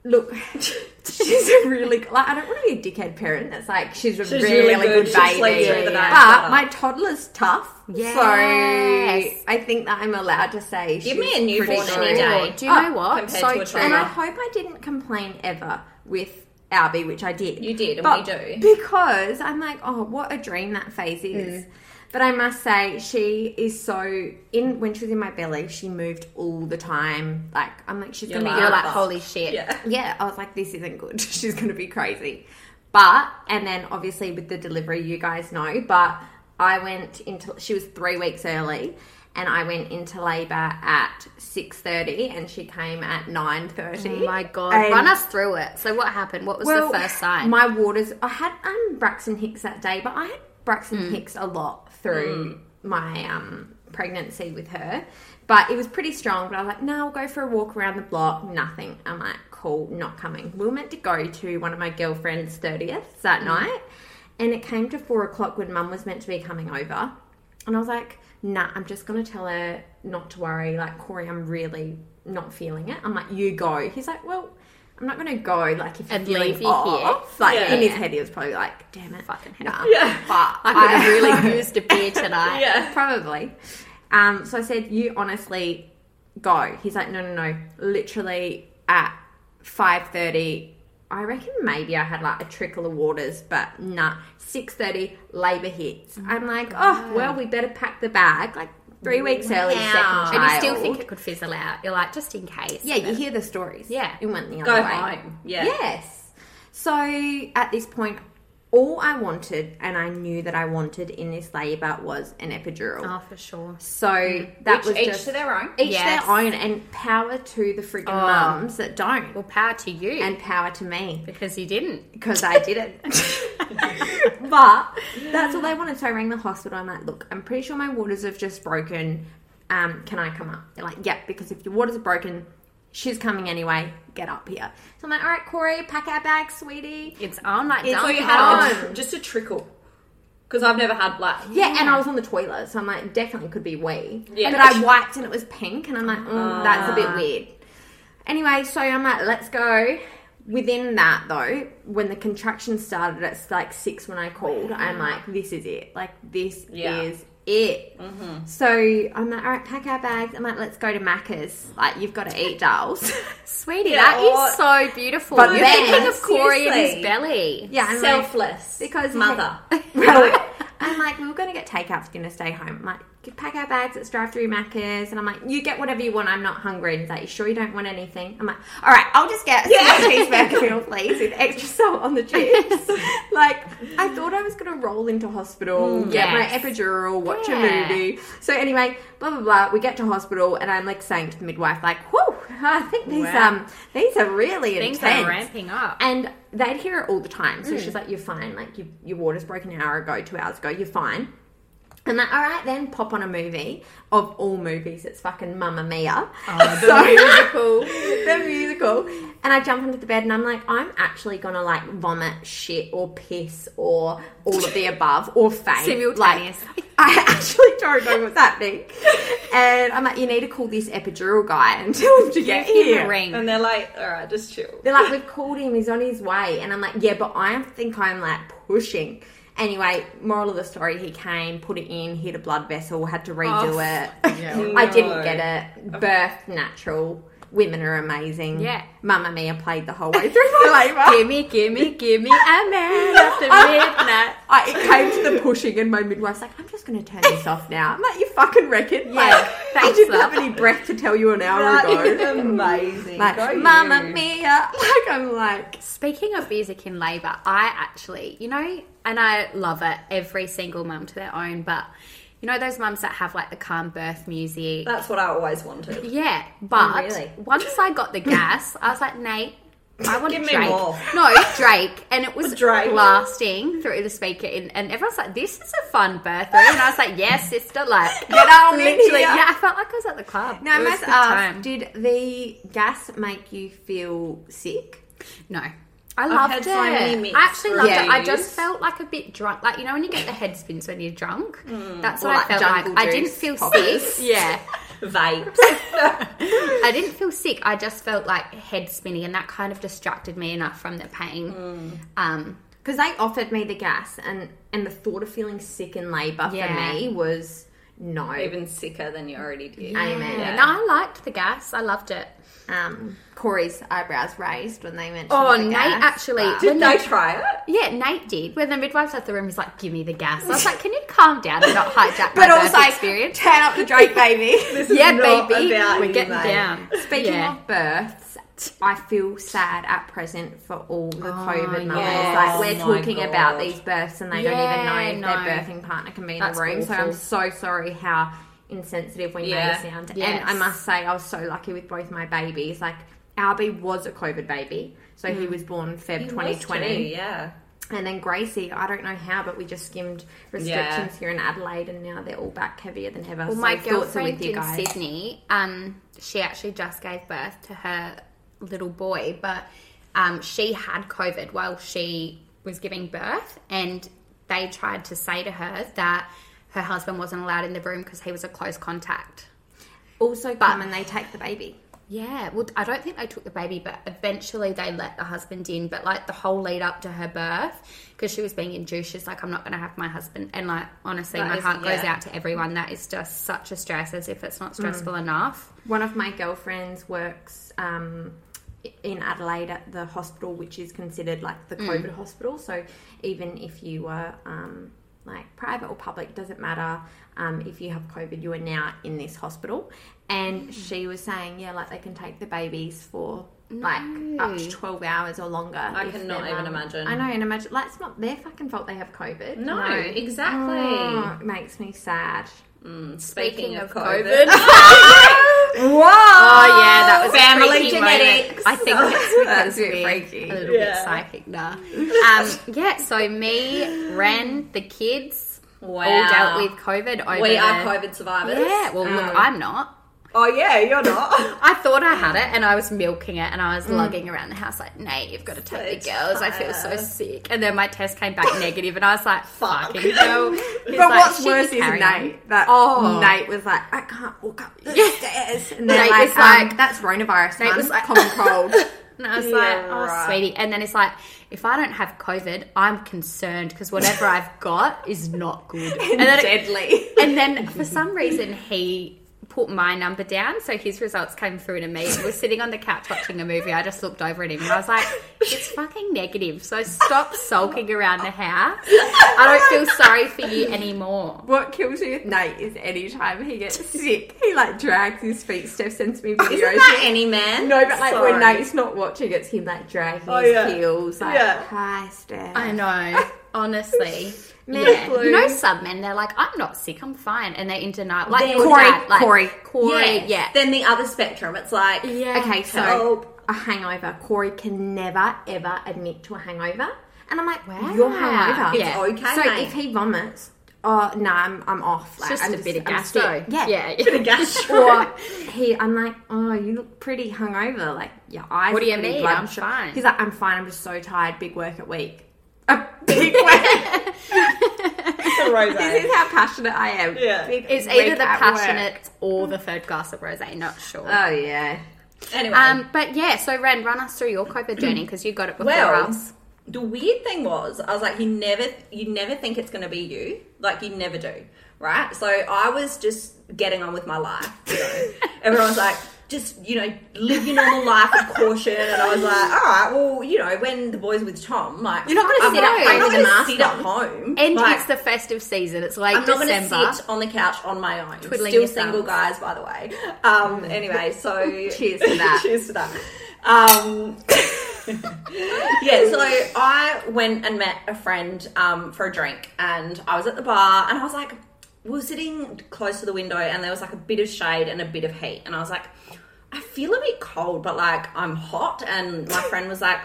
Speaker 1: look, she's a really like I don't want to be a dickhead parent. That's like she's a really,
Speaker 3: really
Speaker 1: good,
Speaker 3: good. She
Speaker 1: baby.
Speaker 3: sleeps through the night.
Speaker 1: But my toddler's tough.
Speaker 2: Yes.
Speaker 1: So I think that I'm allowed to say.
Speaker 3: Give
Speaker 1: she's
Speaker 3: me a newborn
Speaker 1: pretty good.
Speaker 3: any day.
Speaker 2: Sure. Do you know
Speaker 1: Oh,
Speaker 2: what?
Speaker 3: compared
Speaker 2: So
Speaker 3: to a
Speaker 2: true.
Speaker 1: And I
Speaker 3: Yeah.
Speaker 1: hope I didn't complain ever with Albie, which I did.
Speaker 3: You did, and we
Speaker 1: do. Because I'm like, oh, what a dream that phase is.
Speaker 3: Mm.
Speaker 1: But I must say, she is so in when she was in my belly, she moved all the time. Like I'm like, she's
Speaker 3: You're
Speaker 1: gonna be
Speaker 2: You're like,
Speaker 3: Like that.
Speaker 2: holy shit.
Speaker 3: Yeah.
Speaker 1: yeah, I was like, this isn't good. She's going to be crazy. But, and then obviously with the delivery, you guys know, but I went into, she was three weeks early and I went into labour at 6.30 and she came at 9.30.
Speaker 2: Oh my god.
Speaker 1: And-
Speaker 2: Run us through it. So what happened? What was the first sign?
Speaker 1: My waters. I had um, Braxton Hicks that day, but I had Braxton
Speaker 2: Mm.
Speaker 1: Hicks a lot through my um, pregnancy with her. But it was pretty strong. But I was like, no, I'll go for a walk around the block. Nothing. I'm like, cool, not coming. We were meant to go to one of my girlfriend's 30th that
Speaker 2: Mm.
Speaker 1: night. And it came to four o'clock when mum was meant to be coming over. And I was like, nah, I'm just going to tell her not to worry. Like, Corey, I'm really not feeling it. I'm like, you go. He's like, well, I'm not going to go. Like, if you're
Speaker 2: And
Speaker 1: feeling
Speaker 2: leave you
Speaker 1: off. Like,
Speaker 3: Yeah.
Speaker 1: in his head, he was probably like, damn it.
Speaker 2: Fucking hell.
Speaker 1: Nah.
Speaker 3: Yeah.
Speaker 1: But
Speaker 2: I could have really used a beer tonight.
Speaker 3: Yeah.
Speaker 1: Probably. Um, so I said, you honestly go. He's like, no, no, no. Literally at 5.30, I reckon maybe I had like a trickle of waters, but nah. 6.30, labour hits. I'm like, oh, well, we better pack the bag. Like three weeks early, second
Speaker 3: Wow.
Speaker 1: child.
Speaker 2: And you still think it could fizzle out. You're like, just in case.
Speaker 1: Yeah, you hear the stories.
Speaker 2: Yeah.
Speaker 1: In one the other
Speaker 3: Go
Speaker 1: way.
Speaker 3: home. Yeah.
Speaker 1: Yes. So at this point, all I wanted and I knew that I wanted in this labour was an epidural.
Speaker 2: Oh, for sure.
Speaker 1: So that
Speaker 3: Which
Speaker 1: was
Speaker 3: each
Speaker 1: just
Speaker 3: to their own. Oh.
Speaker 1: each
Speaker 2: Yes.
Speaker 1: their own, and power to the friggin' mums that don't,
Speaker 2: Well, power to you.
Speaker 1: and power to me
Speaker 2: because you didn't.
Speaker 1: because I didn't. but that's all they wanted. So I rang the hospital. I'm like, look, I'm pretty sure my waters have just broken. um, can I come up? They're like, yep, because if your water's broken, she's coming anyway. Get up here. So I'm like, all right, Corey, pack our bags, sweetie.
Speaker 2: It's on like
Speaker 1: It's
Speaker 2: dumb
Speaker 1: on
Speaker 3: you
Speaker 1: your
Speaker 2: hard.
Speaker 3: had a- just a trickle. Because I've never had black.
Speaker 1: Yeah, and I was on the toilet, so I'm like, definitely could be wee.
Speaker 3: Yeah. Ah.
Speaker 1: But I wiped and it was pink, and I'm like, mm, that's a bit weird. Anyway, so I'm like, let's go. Within that though, when the contractions started at like six when I called, I'm like, this is it. Like this
Speaker 3: Mm-hmm. Yeah. Mm-hmm.
Speaker 1: is it. So I'm like, all right, pack our bags. I'm like, let's go to Macca's. Like you've got to eat, Giles.
Speaker 2: Sweetie,
Speaker 3: Yeah,
Speaker 2: that is
Speaker 3: or-
Speaker 2: so beautiful.
Speaker 1: But
Speaker 2: You're
Speaker 1: then-
Speaker 2: thinking of Corey and his
Speaker 3: Seriously.
Speaker 2: belly.
Speaker 1: yeah, I'm like,
Speaker 3: Selfless.
Speaker 1: Because-
Speaker 3: mother.
Speaker 1: Really? I'm like, we were going to get takeout for dinner, stay home. I'm like, "You pack our bags, let's drive through Macca's. And I'm like, you get whatever you want, I'm not hungry. And he's like, you sure you don't want anything? I'm like, all right, I'll just get a
Speaker 3: Yeah.
Speaker 1: small cheeseburger meal, please, with extra salt on the chips. like, I thought I was going to roll into hospital, get
Speaker 2: Mm, yes.
Speaker 1: my epidural, watch
Speaker 2: Yeah.
Speaker 1: a movie. So anyway, blah, blah, blah. We get to hospital and I'm like saying to the midwife, like, whoa, I think these,
Speaker 3: Wow.
Speaker 1: um, these are really
Speaker 2: Things
Speaker 1: intense.
Speaker 2: are ramping up.
Speaker 1: And they'd hear it all the time.
Speaker 2: Hmm.
Speaker 1: So she's like, You're fine. Like, you, your water's broken an hour ago, two hours ago. You're fine. I'm like, All right, then pop on a movie. Of all movies, it's fucking Mamma Mia.
Speaker 2: Oh,
Speaker 1: So-
Speaker 3: musical.
Speaker 1: the musical. And I jump onto the bed and I'm like, I'm actually gonna like vomit, shit, or piss, or all of the above, or faint.
Speaker 2: Simultaneous.
Speaker 1: Like, I actually don't know what's happening. And I'm like, you need to call this epidural guy and tell him to
Speaker 2: Give
Speaker 1: get
Speaker 2: him a
Speaker 1: here.
Speaker 2: ring.
Speaker 3: And they're like, all right, just chill.
Speaker 1: They're like, we've called him, he's on his way. And I'm like, yeah, but I think I'm like pushing. Anyway, moral of the story, he came, put it in, hit a blood vessel, had to redo
Speaker 2: Oh,
Speaker 1: it.
Speaker 3: No.
Speaker 1: I didn't get it. Birth natural. Women are amazing.
Speaker 2: Yeah.
Speaker 1: Mamma Mia played the whole way through my labour.
Speaker 2: gimme, gimme, gimme a man after midnight.
Speaker 1: I, it came to the pushing, and my midwife's like, "I'm just going to turn this off now." I'm like, "You fucking reckon?" Like,
Speaker 2: Yeah,
Speaker 1: I
Speaker 2: thanks,
Speaker 1: didn't have
Speaker 2: love.
Speaker 1: any breath to tell you an hour
Speaker 3: That is
Speaker 1: ago.
Speaker 3: amazing. Go
Speaker 1: Like,
Speaker 3: you.
Speaker 1: Mamma Mia. Like, I'm like,
Speaker 2: Speaking of music in labour, I actually, you know, and I love it, every single mum to their own, but you know those mums that have like the calm birth music?
Speaker 3: That's what I always wanted.
Speaker 2: yeah, but
Speaker 3: Oh, really?
Speaker 2: once I got the gas, I was like, Nate, I want
Speaker 3: Give me
Speaker 2: Drake.
Speaker 3: more.
Speaker 2: No, Drake. And it was
Speaker 3: Drake.
Speaker 2: blasting through the speaker, and, and everyone's like, this is a fun birth. room." And I was like, yes, sister, like,
Speaker 1: get on in
Speaker 2: literally,
Speaker 1: here.
Speaker 2: yeah, I felt like I was at the club.
Speaker 1: Now I
Speaker 2: It was
Speaker 1: must
Speaker 2: a
Speaker 1: ask:
Speaker 2: good time.
Speaker 1: Did the gas make you feel sick?
Speaker 2: No. I loved
Speaker 3: had
Speaker 2: it.
Speaker 3: so many mixed
Speaker 2: I actually loved it. I
Speaker 3: reviews.
Speaker 2: just felt like a bit drunk. Like, you know, when you get the head spins when you're drunk? That's
Speaker 1: Or
Speaker 2: what I
Speaker 1: like
Speaker 2: felt like.
Speaker 1: jungle
Speaker 2: I didn't
Speaker 1: juice
Speaker 2: feel
Speaker 1: poppers.
Speaker 2: sick. Yeah.
Speaker 3: Vapes.
Speaker 2: I didn't feel sick. I just felt like head spinning, and that kind of distracted me enough from the pain. Um,
Speaker 1: Because they offered me the gas, and and the thought of feeling sick in labour
Speaker 2: Yeah.
Speaker 1: for me was no.
Speaker 3: Even sicker than you already did.
Speaker 1: Amen.
Speaker 2: yeah. No, I liked the gas. I loved it.
Speaker 1: um, Corey's eyebrows raised when they mentioned.
Speaker 2: Oh,
Speaker 1: the
Speaker 2: Nate
Speaker 1: gas,
Speaker 2: actually.
Speaker 1: but-
Speaker 2: when
Speaker 3: Did they
Speaker 2: the-
Speaker 3: try it?
Speaker 2: yeah, Nate did. When the midwife's left the room, he's like, give me the gas. I was like, can you calm down and not hijack my
Speaker 1: But
Speaker 2: birth
Speaker 1: also,
Speaker 2: experience?
Speaker 1: turn up the Drake baby.
Speaker 2: Yeah,
Speaker 3: not
Speaker 2: baby.
Speaker 3: about
Speaker 2: We're
Speaker 3: you,
Speaker 2: getting
Speaker 3: mate.
Speaker 2: down.
Speaker 1: Speaking
Speaker 2: Yeah.
Speaker 1: of births, I feel sad at present for all the COVID mothers.
Speaker 2: yes.
Speaker 1: Like we're
Speaker 3: Oh my
Speaker 1: talking
Speaker 3: God.
Speaker 1: about these births, and they
Speaker 2: Yeah,
Speaker 1: don't even know if
Speaker 2: no.
Speaker 1: their birthing partner can be in
Speaker 2: That's
Speaker 1: the room. So
Speaker 2: awful.
Speaker 1: I'm so sorry how insensitive we
Speaker 3: Yeah.
Speaker 1: may sound.
Speaker 2: Yes.
Speaker 1: And I must say, I was so lucky with both my babies. Like Albie was a COVID baby, so he was born Feb 2020.
Speaker 3: yeah.
Speaker 1: And then Gracie, I don't know how, but we just skimmed restrictions here in Adelaide, and now they're all back heavier than ever.
Speaker 2: Well,
Speaker 1: so
Speaker 2: my
Speaker 1: thoughts are
Speaker 2: girlfriend
Speaker 1: with you
Speaker 2: in
Speaker 1: guys.
Speaker 2: Sydney, um, she actually just gave birth to her little boy, but um, she had COVID while she was giving birth, and they tried to say to her that her husband wasn't allowed in the room because he was a close contact.
Speaker 1: Also, come and they take the baby.
Speaker 2: Yeah, well, I don't think they took the baby, but eventually they let the husband in. But like the whole lead up to her birth, because she was being induced, she's like, I'm not going to have my husband. And like, honestly,
Speaker 3: That
Speaker 2: my
Speaker 3: is-
Speaker 2: heart goes
Speaker 3: yeah.
Speaker 2: out to everyone. That is just such a stress, as if it's not
Speaker 1: Mm.
Speaker 2: stressful enough.
Speaker 1: One of my girlfriends works um, in Adelaide at the hospital, which is considered like the
Speaker 3: Mm.
Speaker 1: COVID hospital. So even if you were um, like private or public, doesn't matter. Um, if you have COVID, you are now in this hospital.
Speaker 3: Mm.
Speaker 1: And she was saying, yeah, like they can take the babies for like up to 12 hours or longer.
Speaker 3: I
Speaker 1: if
Speaker 3: cannot
Speaker 1: their
Speaker 3: even
Speaker 1: mum-
Speaker 3: imagine.
Speaker 1: I know, and imagine, like, it's not their fucking fault they have COVID.
Speaker 3: No, exactly.
Speaker 1: Oh, it makes me sad.
Speaker 3: Mm,
Speaker 2: Speaking of COVID.
Speaker 3: Whoa!
Speaker 2: Oh yeah, that was
Speaker 3: family
Speaker 2: a freaky
Speaker 3: genetics.
Speaker 2: Moment. I think that's because
Speaker 1: That's a bit
Speaker 2: we're
Speaker 1: freaky.
Speaker 2: a little bit
Speaker 3: Yeah.
Speaker 2: psychic now. Um, yeah, so me, Ren, the kids,
Speaker 3: Wow.
Speaker 2: all dealt with COVID over
Speaker 3: We are
Speaker 2: the-
Speaker 3: COVID survivors.
Speaker 2: Yeah, well,
Speaker 1: Um,
Speaker 2: look, I'm not.
Speaker 3: Oh yeah, you're not.
Speaker 2: I thought I had it, and I was milking it, and I was
Speaker 1: Mm.
Speaker 2: lugging around the house like, Nate, you've got to take the
Speaker 3: So
Speaker 2: girls. I feel so
Speaker 3: tired.
Speaker 2: sick. And then my test came back negative, and I was like,
Speaker 3: Fuck.
Speaker 2: fucking hell.
Speaker 1: But
Speaker 2: It's like,
Speaker 1: what's
Speaker 2: shit,
Speaker 1: worse
Speaker 2: you
Speaker 1: is
Speaker 2: carry
Speaker 1: Nate.
Speaker 2: on.
Speaker 1: That
Speaker 2: Oh.
Speaker 1: Nate was like, I can't walk up the stairs. And
Speaker 2: Nate
Speaker 1: then like,
Speaker 2: was
Speaker 1: um,
Speaker 2: like-
Speaker 1: that's coronavirus. Nate
Speaker 2: was like-
Speaker 1: common cold.
Speaker 2: And I was
Speaker 3: Yeah,
Speaker 2: like, oh,
Speaker 3: right.
Speaker 2: sweetie. And then it's like, if I don't have COVID, I'm concerned because whatever I've got is not good. And, then it-
Speaker 1: deadly.
Speaker 2: and then for some reason, he put my number down. So his results came through to me. And we're sitting on the couch watching a movie. I just looked over at him and I was like, it's fucking negative. So stop sulking around the house. I don't feel sorry for you anymore.
Speaker 1: What kills me with Nate is anytime he gets sick, he like drags his feet. Steph sends me videos.
Speaker 3: Isn't that any man?
Speaker 1: no, but like when
Speaker 3: Sorry.
Speaker 1: Nate's not watching, it's him like dragging
Speaker 3: Oh,
Speaker 1: his
Speaker 3: yeah.
Speaker 1: heels. Like,
Speaker 3: Yeah.
Speaker 1: hi, Steph.
Speaker 2: I know. Honestly.
Speaker 1: Men
Speaker 2: yeah.
Speaker 1: flu.
Speaker 2: You know some men, they're like, I'm not sick, I'm fine. And they're in denial. Like
Speaker 3: Then-
Speaker 2: your
Speaker 1: Corey,
Speaker 2: dad, like,
Speaker 1: Corey.
Speaker 2: Corey,
Speaker 3: Yes.
Speaker 2: yeah.
Speaker 3: Then the other spectrum, it's like
Speaker 2: Yeah.
Speaker 1: Okay, so
Speaker 3: Help.
Speaker 1: a hangover. Corey can never ever admit to a hangover, and I'm like,
Speaker 2: Wow.
Speaker 1: you're hungover.
Speaker 2: It's Yeah.
Speaker 3: okay,
Speaker 1: So
Speaker 3: mate.
Speaker 1: if he vomits, oh no, I'm I'm off. Like,
Speaker 2: Just
Speaker 1: I'm
Speaker 2: a bit of
Speaker 1: I'm
Speaker 2: gastro.
Speaker 1: sick. Yeah.
Speaker 2: yeah.
Speaker 3: gastro.
Speaker 1: Or he, I'm like, oh, you look pretty hungover. Like your eyes.
Speaker 2: What do
Speaker 1: are
Speaker 2: you
Speaker 1: pretty
Speaker 2: mean?
Speaker 1: bloodshot."
Speaker 2: I'm fine.
Speaker 1: He's like, I'm fine. I'm just so tired. Big work at week. A big work. this is how passionate I am.
Speaker 3: Yeah.
Speaker 1: Big
Speaker 2: It's
Speaker 1: week
Speaker 2: either the
Speaker 1: at work.
Speaker 2: passionate or the third glass of rosé. Not sure.
Speaker 1: Oh yeah.
Speaker 3: anyway,
Speaker 2: um, but yeah, so Ren, run us through your COVID journey because you got it before
Speaker 3: well,
Speaker 2: us.
Speaker 3: the weird thing was, I was like, you never, you never think it's gonna be you. Like you never do, right? So I was just getting on with my life. You know? Everyone's like. Just you know, live your normal life with caution, and I was like, all right, well, you know, when the boys with Tom, like,
Speaker 2: You're not gonna
Speaker 3: I'm
Speaker 2: sit at home
Speaker 3: I'm not
Speaker 2: with a
Speaker 3: gonna
Speaker 2: mask
Speaker 3: sit at home,
Speaker 2: And
Speaker 3: Like,
Speaker 2: it's the festive season. It's late
Speaker 3: I'm not going
Speaker 2: December.
Speaker 3: to sit on the couch on my own.
Speaker 2: Twiddling
Speaker 3: Still
Speaker 2: your
Speaker 3: single,
Speaker 2: thumbs.
Speaker 3: guys, by the way. Um, anyway, so
Speaker 1: Cheers to that.
Speaker 3: cheers to that. Um, yeah, so I went and met a friend um, for a drink, and I was at the bar, and I was like, we were sitting close to the window, and there was like a bit of shade and a bit of heat, and I was like, I feel a bit cold, but like I'm hot, and my friend was like.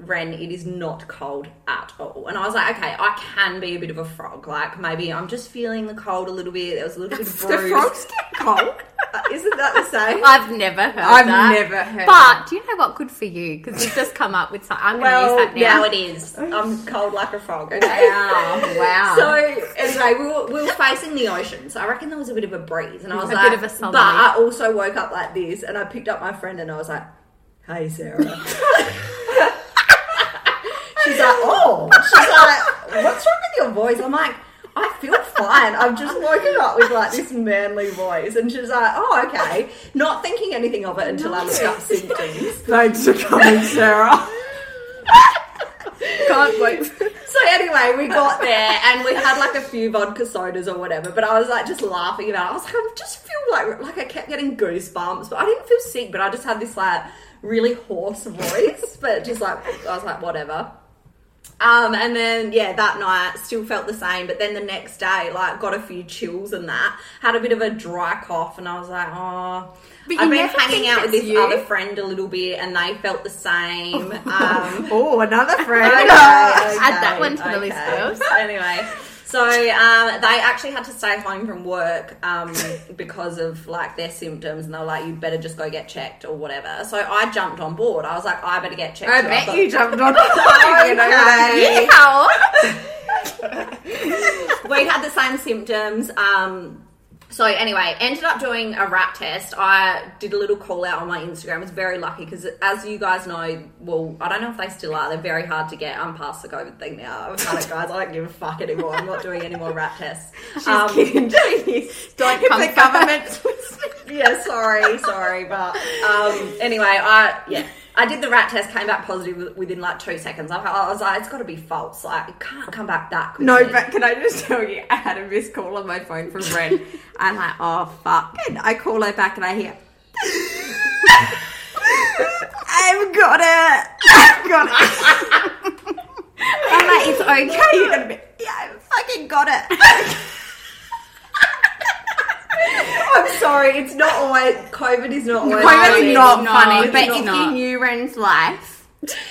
Speaker 3: Ren, it is not cold at all. And I was like, okay, I can be a bit of a frog. Like, maybe I'm just feeling the cold a little bit. There was a little bit
Speaker 1: The
Speaker 3: of bruise.
Speaker 1: frogs get cold.
Speaker 3: Uh, Isn't that the same?
Speaker 2: I've never heard
Speaker 1: I've
Speaker 2: that.
Speaker 1: never heard
Speaker 2: But do you know what? Good for you because you've just come up with something. I'm going to use that now.
Speaker 3: now it is. I'm cold like a frog. Okay.
Speaker 1: Wow. Wow.
Speaker 3: So anyway, we were, we were facing the ocean, so I reckon there was a bit of a breeze, and I was
Speaker 2: A
Speaker 3: like,
Speaker 2: bit of a southerly.
Speaker 3: but I also woke up like this, and I picked up my friend, and I was like, "Hey, Sarah." She's like, "Oh," she's like, "What's wrong with your voice?" I'm like. I feel fine. I've just woken up with like this manly voice, and she's like, "Oh, okay." Not thinking anything of it until I looked up symptoms.
Speaker 1: Thanks for coming, Sarah.
Speaker 2: Can't wait.
Speaker 3: So anyway, we got there and we had like a few vodka sodas or whatever. But I was like just laughing about. It. I was like, I just feel like like I kept getting goosebumps, but I didn't feel sick. But I just had this like really hoarse voice. But just like I was like whatever. Um, and then yeah, that night still felt the same. But then the next day, like got a few chills and that had a bit of a dry cough, and I was like, oh.
Speaker 2: But
Speaker 3: I've
Speaker 2: you
Speaker 3: been
Speaker 2: never
Speaker 3: hanging
Speaker 2: think
Speaker 3: out with
Speaker 2: that's
Speaker 3: this
Speaker 2: you.
Speaker 3: other friend a little bit, and they felt the same. Um,
Speaker 1: Oh, another friend.
Speaker 3: Okay,
Speaker 2: Add that one to the list, girls.
Speaker 3: Anyway, so um, they actually had to stay home from work um, because of like their symptoms, and they were like, "You better just go get checked or whatever." So I jumped on board. I was like, "I "Oh, better get checked."
Speaker 1: I
Speaker 3: too. I've
Speaker 1: bet
Speaker 3: got-
Speaker 1: you jumped on. you know, like-
Speaker 2: Yeehaw.
Speaker 3: we had the same symptoms. Um, so anyway, ended up doing a rat test. I did a little call out on my Instagram. was very lucky because, as you guys know, well, I don't know if they still are. They're very hard to get. I'm past the COVID thing now. I've had it, guys. I don't give a fuck anymore. I'm not doing any more rat tests. Um,
Speaker 1: She's kidding. Jeez.
Speaker 2: Don't
Speaker 1: If
Speaker 2: come
Speaker 1: the
Speaker 2: for
Speaker 1: government.
Speaker 3: yeah, sorry, sorry, but um, anyway, I yeah, I did the rat test, came back positive within like two seconds. I, I was like, it's got to be false. Like, it can't come back that quickly.
Speaker 1: no, but can I just tell you, I had a missed call on my phone from Ren. I'm like, oh fuck, and I call her back and I hear, I've got it, I've got it. I'm like, it's okay. You're gonna be, yeah, I fucking got it.
Speaker 3: I'm sorry, it's not always COVID is not always
Speaker 1: COVID's
Speaker 2: it's
Speaker 1: not
Speaker 2: not,
Speaker 1: funny,
Speaker 2: it's
Speaker 1: but if
Speaker 2: not.
Speaker 1: you knew Ren's life,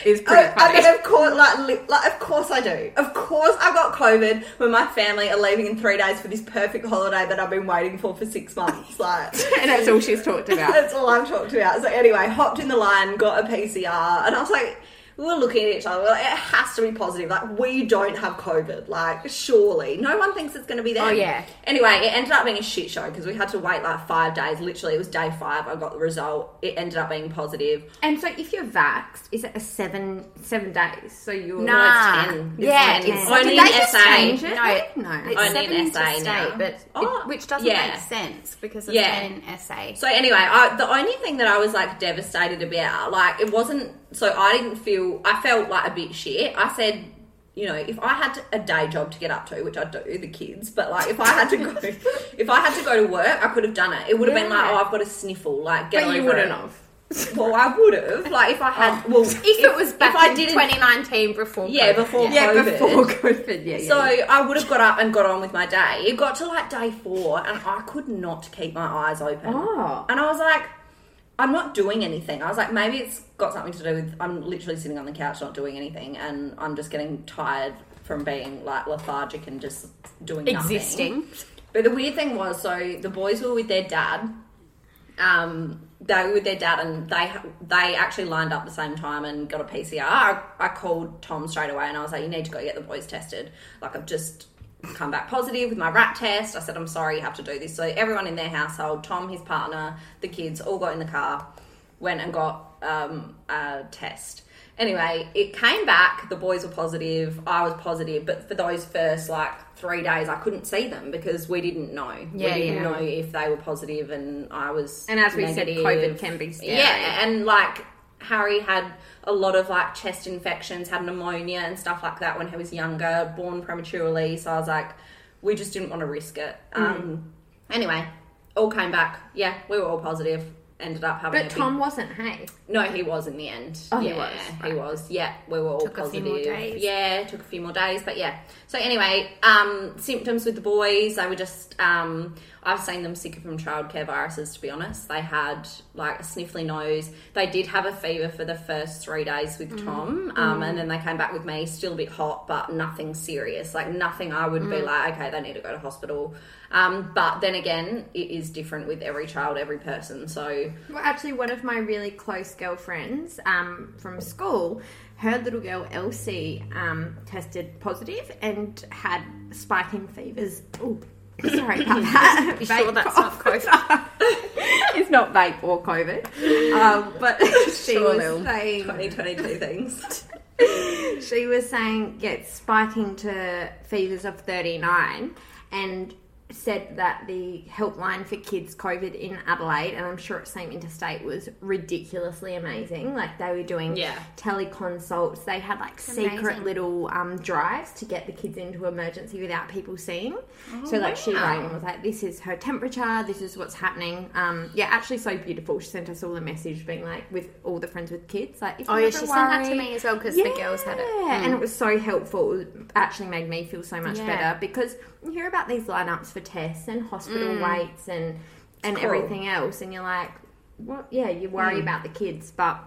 Speaker 1: is pretty
Speaker 3: Oh, I
Speaker 1: funny.
Speaker 3: mean, of course, like, li- like, of course I do. Of course, I got COVID when my family are leaving in three days for this perfect holiday that I've been waiting for for six months. Like,
Speaker 1: and that's all she's talked about.
Speaker 3: that's all I'm talked about. So anyway, hopped in the line, got a PCR, and I was like, we were looking at each other. we We're like, it has to be positive. Like, we don't have COVID. Like, surely, no one thinks it's going to be there.
Speaker 2: Oh, yeah.
Speaker 3: Anyway, it ended up being a shit show because we had to wait like five days. Literally, it was day five. I got the result. It ended up being positive.
Speaker 1: And so, if you're vaxxed, is it a seven seven days? So you're
Speaker 2: Nah.
Speaker 3: it's ten. It's
Speaker 2: yeah,
Speaker 3: only-
Speaker 2: it's
Speaker 3: it's only
Speaker 1: Did
Speaker 3: in
Speaker 1: they just
Speaker 3: SA.
Speaker 1: change it?
Speaker 2: No,
Speaker 1: I didn't know.
Speaker 2: It's
Speaker 3: Only
Speaker 2: seven
Speaker 3: in
Speaker 2: interstate,
Speaker 3: SA now.
Speaker 2: but it-
Speaker 3: Oh,
Speaker 2: which doesn't
Speaker 3: yeah.
Speaker 2: make sense because it's
Speaker 3: Yeah.
Speaker 2: been in SA.
Speaker 3: So anyway, I, the only thing that I was like devastated about, like it wasn't. So I didn't feel. I felt like a bit shit. I said, you know, if I had to, a day job to get up to, which I do, the kids, but like if I had to go, if I had to go to work, I could have done it. It would have been like,
Speaker 1: Yeah.
Speaker 3: oh, I've got a sniffle. Like, get
Speaker 1: but you Oh,
Speaker 3: over
Speaker 1: wouldn't
Speaker 3: it.
Speaker 1: have.
Speaker 3: Well, I would have. Like if I had. Well, if,
Speaker 2: if, it was back
Speaker 3: if I
Speaker 2: in
Speaker 3: didn't.
Speaker 2: 2019 before
Speaker 3: yeah,
Speaker 2: COVID.
Speaker 3: before
Speaker 1: Yeah,
Speaker 3: COVID.
Speaker 1: before COVID. Yeah, yeah.
Speaker 3: So
Speaker 1: yeah.
Speaker 3: I would have got up and got on with my day. It got to like day four, and I could not keep my eyes open.
Speaker 1: Oh.
Speaker 3: And I was like, I'm not doing anything. I was like, maybe it's got something to do with I'm literally sitting on the couch, not doing anything, and I'm just getting tired from being like lethargic and just doing nothing.
Speaker 2: existing.
Speaker 3: But the weird thing was, so the boys were with their dad. Um, they were with their dad, and they they actually lined up the same time and got a PCR. I, I called Tom straight away, and I was like, "You need to go get the boys tested. Like, I've just come back positive with my rat test." I said, "I'm sorry, you have to do this." So everyone in their household, Tom, his partner, the kids, all got in the car, went and got um, a test. Anyway, it came back. The boys were positive. I was positive, but for those first like three days, I couldn't see them because we didn't know.
Speaker 2: Yeah,
Speaker 3: we didn't
Speaker 2: yeah.
Speaker 3: know if they were positive, and I was.
Speaker 1: And as we said,
Speaker 3: negative.
Speaker 1: COVID can be scary.
Speaker 3: Yeah, and like Harry had a lot of like chest infections, had pneumonia and stuff like that when he was younger, born prematurely. So I was like, we just didn't want to risk it.
Speaker 1: Mm.
Speaker 3: Um, Anyway, all came back. Yeah, we were all positive. Ended up having. a
Speaker 1: But
Speaker 3: big-
Speaker 1: Tom wasn't. Hey,
Speaker 3: no, he was in the end.
Speaker 1: Oh, he
Speaker 3: yeah,
Speaker 1: was,
Speaker 3: He was. Yeah, we were all
Speaker 2: Took a few
Speaker 3: positive.
Speaker 2: more days.
Speaker 3: Yeah, it took a few more days, but yeah. So anyway, um, symptoms with the boys, they were just. Um, I've seen them sicker from childcare viruses. To be honest, they had like a sniffly nose. They did have a fever for the first three days with
Speaker 2: Mm.
Speaker 3: Tom, um, and then they came back with me, still a bit hot, but nothing serious. Like nothing, I would be
Speaker 2: Mm.
Speaker 3: like, okay, they need to go to hospital. Um, but then again, it is different with every child, every person. So
Speaker 1: well, actually, one of my really close girlfriends um, from school, her little girl Elsie um, tested positive and had spiking fevers. Oh, sorry about that.
Speaker 2: You sure that's not
Speaker 1: COVID? it's not vape or COVID, um, but she
Speaker 3: Sure,
Speaker 1: was
Speaker 3: Lil.
Speaker 1: saying
Speaker 3: 2022 things.
Speaker 1: she was saying yeah, it's spiking to fevers of 39 and said that the helpline for kids covid in adelaide and i'm sure it's same interstate was ridiculously amazing like they were doing
Speaker 3: Yeah.
Speaker 1: teleconsults they had like secret
Speaker 2: amazing.
Speaker 1: little um, drives to get the kids into emergency without people seeing
Speaker 2: Oh,
Speaker 1: so like she rang and was like this is her temperature this is what's happening um, yeah actually so beautiful she sent us all a message being like with all the friends with kids like if
Speaker 2: Oh,
Speaker 1: you're
Speaker 2: yeah,
Speaker 1: ever
Speaker 2: she sent that to
Speaker 1: worried-
Speaker 2: me as well because the girls had it. Mm.
Speaker 1: yeah, and it Mm. was so helpful. It actually made me feel so much
Speaker 2: Yeah.
Speaker 1: better because you hear about these lineups for tests and hospital
Speaker 2: Mm.
Speaker 1: waits and and
Speaker 3: cruel.
Speaker 1: everything else, and you're like, well, yeah, you worry about the kids, but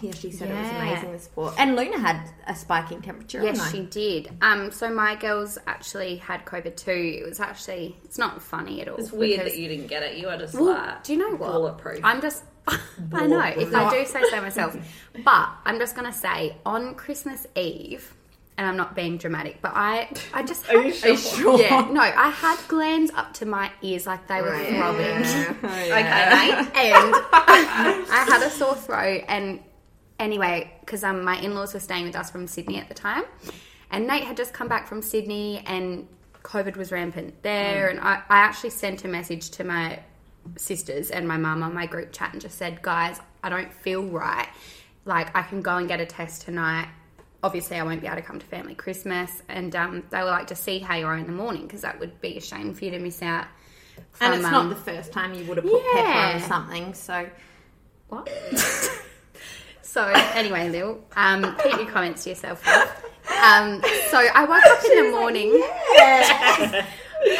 Speaker 1: yeah, she said it was
Speaker 2: Mm. Yeah.
Speaker 1: amazing the support. And Luna had a spiking temperature.
Speaker 2: Yes,
Speaker 1: online.
Speaker 2: she did. Um, so my girls actually had COVID too. It was actually it's not funny at all.
Speaker 3: It's weird
Speaker 2: because-
Speaker 3: that you didn't get it. You are just
Speaker 2: Well,
Speaker 3: like
Speaker 2: do you know what?
Speaker 3: bulletproof.
Speaker 2: I'm just. I know if I do say so myself, but I'm just gonna say on Christmas Eve, and I'm not being dramatic, but I I just had,
Speaker 3: Are you sure? Are you sure?
Speaker 2: yeah no I had glands up to my ears like they were throbbing.
Speaker 3: Okay, mate.
Speaker 2: and I had a sore throat. And anyway, because um, my in laws were staying with us from Sydney at the time, and Nate had just come back from Sydney, and COVID was rampant
Speaker 1: Mm.
Speaker 2: there. And I, I actually sent a message to my sisters and my mum on my group chat and just said, guys, I don't feel right. Like, I can go and get a test tonight. Obviously, I won't be able to come to family Christmas, and um, they were like to see how you are in the morning because that would be a shame for you to miss out.
Speaker 1: and
Speaker 2: from,
Speaker 1: it's
Speaker 2: um,
Speaker 1: not the first time you would have put pepper on
Speaker 2: Yeah.
Speaker 1: something. So
Speaker 2: What? so anyway, Lil, um, keep your comments to yourself. love. Um, so I woke up in the morning.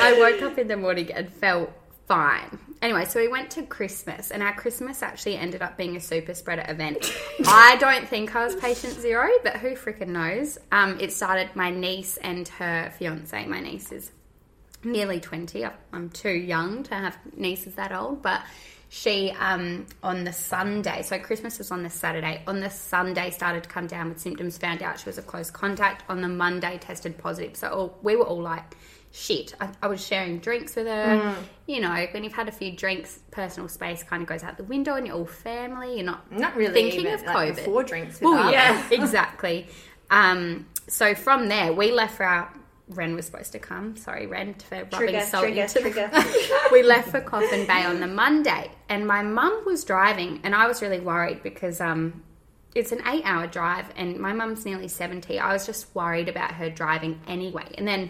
Speaker 2: I woke up in the morning and felt fine. Anyway, so we went to Christmas, and our Christmas actually ended up being a super spreader event. I don't think I was patient zero, but who freaking knows? Um, it started my niece and her fiance. My niece is nearly 20. I- I'm too young to have nieces that old, but she, um, on the Sunday, so Christmas was on the Saturday, on the Sunday started to come down with symptoms, found out she was a close contact. On the Monday, tested positive. So all, we were all like, shit. I, I was sharing drinks with her. You know, when you've had a few drinks, personal space kind of goes out the window and you're all family. You're not
Speaker 1: Not really
Speaker 2: thinking
Speaker 1: even,
Speaker 2: of
Speaker 1: like,
Speaker 2: COVID.
Speaker 1: before drinks with
Speaker 2: Well,
Speaker 1: us.
Speaker 2: yeah, exactly. Um, so from there, we left for our. Ren was supposed to come. Sorry, Ren, for rubbing
Speaker 3: Trigger,
Speaker 2: salt
Speaker 3: trigger,
Speaker 2: into the
Speaker 3: trigger.
Speaker 2: we left for Coffin Bay on the Monday, and my mum was driving, and I was really worried because um, it's an eight-hour drive, and my mum's nearly seventy. I was just worried about her driving anyway. And then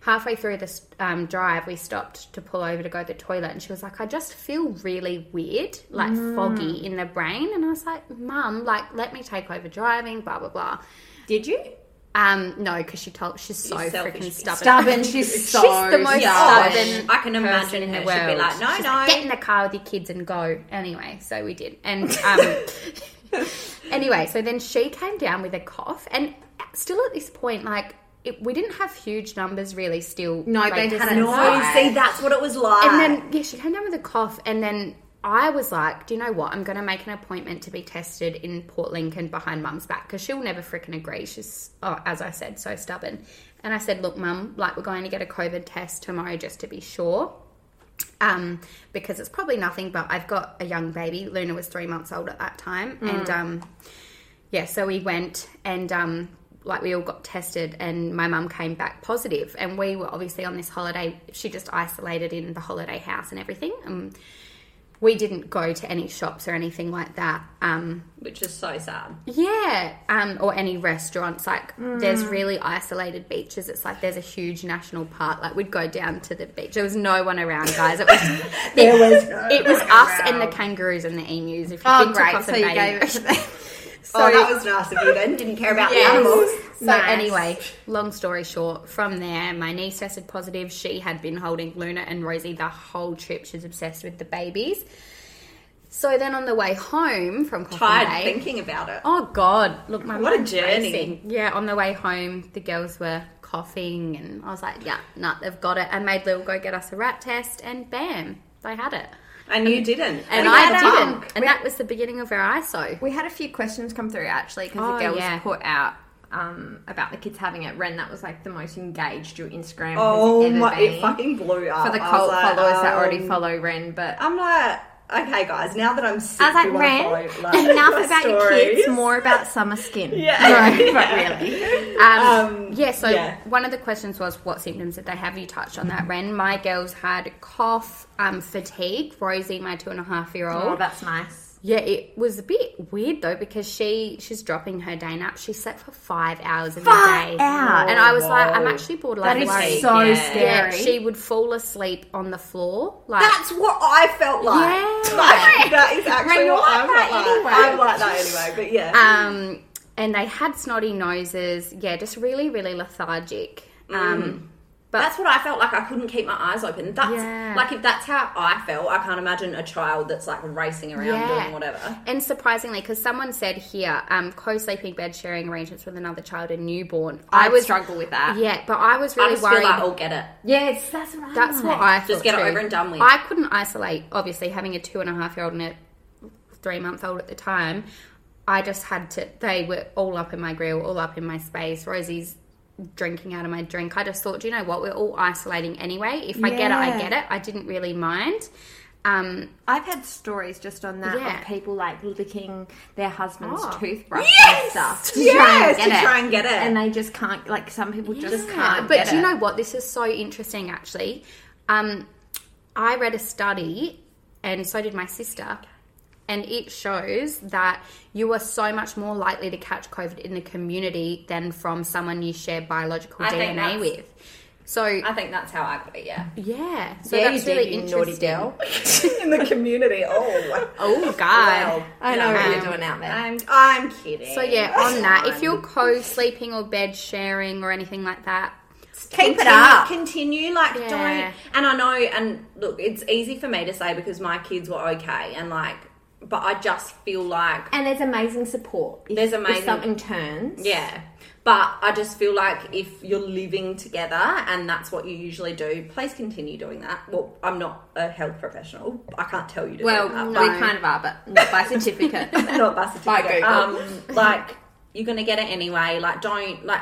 Speaker 2: halfway through this um, drive, we stopped to pull over to go to the toilet, and she was like, "I just feel really weird, like
Speaker 1: Mm.
Speaker 2: foggy in the brain," and I was like, "Mum, like let me take over driving, blah blah blah."
Speaker 1: Did you?
Speaker 2: Um, no, because she told she's so
Speaker 3: She's selfish,
Speaker 2: freaking
Speaker 3: bitch.
Speaker 2: stubborn.
Speaker 1: Stubborn. She's so
Speaker 2: She's the most
Speaker 1: stubborn.
Speaker 2: stubborn.
Speaker 3: I can
Speaker 2: person
Speaker 3: imagine
Speaker 2: in
Speaker 3: her.
Speaker 2: the
Speaker 3: She'd be
Speaker 2: world.
Speaker 3: like, no,
Speaker 2: She's
Speaker 3: no.
Speaker 2: like, get in the car with your kids and go. Anyway, so we did. And um, anyway, so then she came down with a cough, and still at this point, like it, we didn't have huge numbers really. Still,
Speaker 1: No,
Speaker 2: like,
Speaker 1: they
Speaker 2: this
Speaker 1: hadn't.
Speaker 2: is-
Speaker 3: no,
Speaker 1: Right.
Speaker 3: see, that's what it was like.
Speaker 2: and then yeah, she came down with a cough, and then I was like, "Do you know what? I'm going to make an appointment to be tested in Port Lincoln behind Mum's back because she'll never freaking agree. She's, oh, as I said, so stubborn." And I said, "Look, Mum, like we're going to get a COVID test tomorrow just to be sure." um, because it's probably nothing, but I've got a young baby. Luna was three months old at that time. And um, yeah, so we went and um, like we all got tested, and my mum came back positive, And we were obviously on this holiday. She just isolated in the holiday house and everything. Um, we didn't go to any shops or anything like that. Um,
Speaker 3: Which is so sad.
Speaker 2: yeah, um, or any restaurants. Like,
Speaker 1: Mm.
Speaker 2: there's really isolated beaches. It's like there's a huge national park. Like, we'd go down to the beach. There was no one around, guys. It was there was it was us and the kangaroos and the emus. If you've
Speaker 1: Oh,
Speaker 2: been to
Speaker 1: great.
Speaker 2: Coffin
Speaker 1: So you
Speaker 2: Bay.
Speaker 1: gave it to them.
Speaker 2: So-
Speaker 3: oh, that was nice of you then. Didn't care about
Speaker 2: Yes.
Speaker 3: the animals.
Speaker 2: So
Speaker 1: Nice.
Speaker 2: anyway, long story short, from there, my niece tested positive. She had been holding Luna and Rosie the whole trip. She's obsessed with the babies. So then on the way home from Coffin
Speaker 3: Tired
Speaker 2: Bay,
Speaker 3: thinking about it.
Speaker 2: Oh God! Look, my
Speaker 3: What a
Speaker 2: mind's
Speaker 3: journey.
Speaker 2: racing. Yeah, on the way home, the girls were coughing, and I was like, "Yeah, nah, they've got it." I made Lil go get us a rat test, and bam, they had it.
Speaker 3: And you didn't.
Speaker 2: And
Speaker 1: We
Speaker 2: I
Speaker 1: had a
Speaker 2: didn't.
Speaker 1: bump.
Speaker 2: And that was the beginning of our ISO.
Speaker 1: We had a few questions come through actually because
Speaker 2: Oh,
Speaker 1: the girls
Speaker 2: yeah.
Speaker 1: put out um, about the kids having it. Ren, that was like the most engaged your Instagram
Speaker 3: oh,
Speaker 1: has ever
Speaker 3: my,
Speaker 1: been
Speaker 3: it fucking blew up.
Speaker 1: for the
Speaker 3: I was
Speaker 1: cult
Speaker 3: like,
Speaker 1: followers that already
Speaker 3: um,
Speaker 1: follow Ren. But
Speaker 3: I'm like, okay, guys, now that I'm sick,
Speaker 1: I was like,
Speaker 3: do you wanna
Speaker 1: Ren,
Speaker 3: follow, like,
Speaker 1: enough
Speaker 3: my
Speaker 1: about your
Speaker 3: stories?"
Speaker 1: kids, more about summer skin.
Speaker 3: Yeah.
Speaker 1: no, but really,
Speaker 2: Um,
Speaker 3: Um,
Speaker 2: yeah, so
Speaker 3: yeah.
Speaker 2: one of the questions was what symptoms did they have? You touched on that, Ren. My girls had cough, um, fatigue. Rosie, my two and a half year
Speaker 1: oh,
Speaker 2: old.
Speaker 1: that's nice.
Speaker 2: Yeah, it was a bit weird though because she she's dropping her day nap. She slept for five hours in the
Speaker 1: Five
Speaker 2: day,
Speaker 1: hours.
Speaker 2: and I was like, I'm
Speaker 3: Whoa.
Speaker 2: actually
Speaker 1: That
Speaker 2: borderline
Speaker 1: is
Speaker 2: worried.
Speaker 1: so
Speaker 3: Yeah.
Speaker 2: yeah,
Speaker 1: scary.
Speaker 2: she would fall asleep on the floor. Like
Speaker 3: That's what I felt like.
Speaker 2: Yeah.
Speaker 3: Like, that is
Speaker 1: Ren,
Speaker 3: actually
Speaker 1: you're
Speaker 3: what I
Speaker 1: like that
Speaker 3: felt like.
Speaker 1: anyway.
Speaker 3: I'm like that anyway, but yeah.
Speaker 2: um, and they had snotty noses. Yeah, just really, really lethargic.
Speaker 3: Mm,
Speaker 2: Um, but
Speaker 3: that's what I felt like. I couldn't keep my eyes open. That's
Speaker 2: Yeah.
Speaker 3: like if that's how I felt, I can't imagine a child that's like racing around
Speaker 2: Yeah.
Speaker 3: doing whatever.
Speaker 2: And surprisingly, because someone said here, um, co-sleeping bed sharing arrangements with another child and newborn.
Speaker 1: I
Speaker 2: I was,
Speaker 1: struggle with that.
Speaker 2: yeah, but I was
Speaker 3: I
Speaker 2: really
Speaker 3: just
Speaker 2: worried.
Speaker 3: feel like I'll get it.
Speaker 1: Yes, that's right.
Speaker 2: That's what I
Speaker 3: Just
Speaker 2: felt
Speaker 3: get it
Speaker 2: too.
Speaker 3: over and done with.
Speaker 2: I couldn't isolate. Obviously, having a two and a half year old and a three month old at the time, I just had to. They were all up in my grill, all up in my space. Rosie's drinking out of my drink. I just thought, do you know what? We're all isolating anyway. If I get it, I
Speaker 1: Yeah.
Speaker 2: get it. I didn't really mind. Um,
Speaker 1: I've had stories just on that
Speaker 2: Yeah.
Speaker 1: of people like licking their husband's
Speaker 2: Oh.
Speaker 1: toothbrush and
Speaker 3: Yes!
Speaker 1: stuff to try and
Speaker 3: Yes,
Speaker 1: get
Speaker 3: to
Speaker 1: it.
Speaker 3: try and get it.
Speaker 1: And they just can't. Like some people just
Speaker 2: Yeah,
Speaker 1: can't.
Speaker 2: Mm, But
Speaker 1: get
Speaker 2: do you
Speaker 1: it.
Speaker 2: know what? This is so interesting, actually. Um, I read a study, and so did my sister, and it shows that you are so much more likely to catch COVID in the community than from someone you share biological
Speaker 3: I think
Speaker 2: DNA
Speaker 3: that's-
Speaker 2: with. So
Speaker 3: I think that's how I got it. Yeah,
Speaker 2: yeah, so
Speaker 1: Yeah, you
Speaker 2: that's
Speaker 1: did,
Speaker 2: really
Speaker 1: you naughty
Speaker 2: interesting.
Speaker 1: girl.
Speaker 3: in the community. Oh,
Speaker 2: Oh god.
Speaker 3: Wow.
Speaker 1: I know what
Speaker 2: Um,
Speaker 1: you're doing out there.
Speaker 3: I'm I'm kidding.
Speaker 2: So yeah, on that, if you're co-sleeping or bed sharing or anything like that, best.
Speaker 1: Keep it
Speaker 3: Continue-
Speaker 1: up.
Speaker 3: Continue, like
Speaker 2: Yeah.
Speaker 3: don't. And I know, and look, it's easy for me to say because my kids were okay, and like, but I just feel like
Speaker 1: And there's amazing support. If,
Speaker 3: There's
Speaker 1: If
Speaker 3: amazing-
Speaker 1: something turns.
Speaker 3: Yeah. But I just feel like if you're living together and that's what you usually do, please continue doing that. Well, I'm not a health professional. I can't tell you to
Speaker 1: Well,
Speaker 3: do that.
Speaker 1: we
Speaker 3: but-
Speaker 1: kind of are, but not by certificate.
Speaker 3: not by certificate.
Speaker 1: Google.
Speaker 3: Um, like you're gonna get it anyway. Like don't like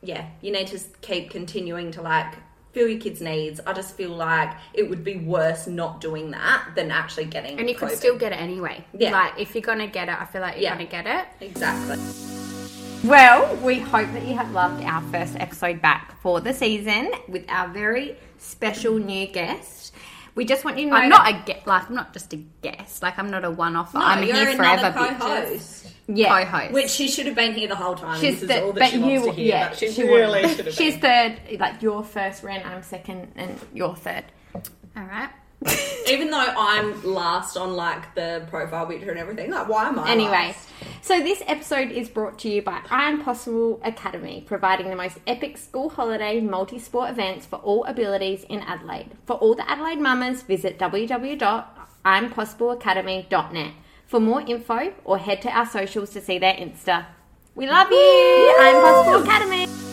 Speaker 3: yeah. You need to s- keep continuing to like feel your kids' needs. I just feel like it would be worse not doing that than actually getting.
Speaker 2: And you could
Speaker 3: COVID.
Speaker 2: still get it anyway.
Speaker 3: Yeah.
Speaker 2: Like if you're gonna get it, I feel like you're
Speaker 3: Yeah.
Speaker 2: gonna get it.
Speaker 3: exactly.
Speaker 1: Well, we hope that you have loved our first episode back for the season with our very special new guest. We just want you to know
Speaker 2: I'm
Speaker 1: that-
Speaker 2: not a guest. Like I'm not just a guest. Like I'm not a one-off. I'm
Speaker 3: you're
Speaker 2: here
Speaker 3: another
Speaker 2: forever, bitches.
Speaker 3: co-host.
Speaker 1: yeah.
Speaker 2: Co-host.
Speaker 3: Which she should have been here the whole time.
Speaker 1: She's
Speaker 3: this is
Speaker 1: the-
Speaker 3: all that
Speaker 1: but
Speaker 3: she wants
Speaker 1: you-
Speaker 3: to hear.
Speaker 1: yeah,
Speaker 3: but she,
Speaker 1: she
Speaker 3: really
Speaker 1: wouldn't.
Speaker 3: should have
Speaker 1: She's
Speaker 3: been.
Speaker 1: third, like your first rent, I'm second, and you're third.
Speaker 2: All right.
Speaker 3: Even though I'm last on like the profile picture and everything, like why am I?
Speaker 1: Anyway,
Speaker 3: last?
Speaker 1: so this episode is brought to you by Iron Possible Academy, providing the most epic school holiday multi sport events for all abilities in Adelaide. For all the Adelaide mamas, visit www.ironpossibleacademy.net. For more info or head to our socials to see their Insta. We love you, Iron Possible Academy.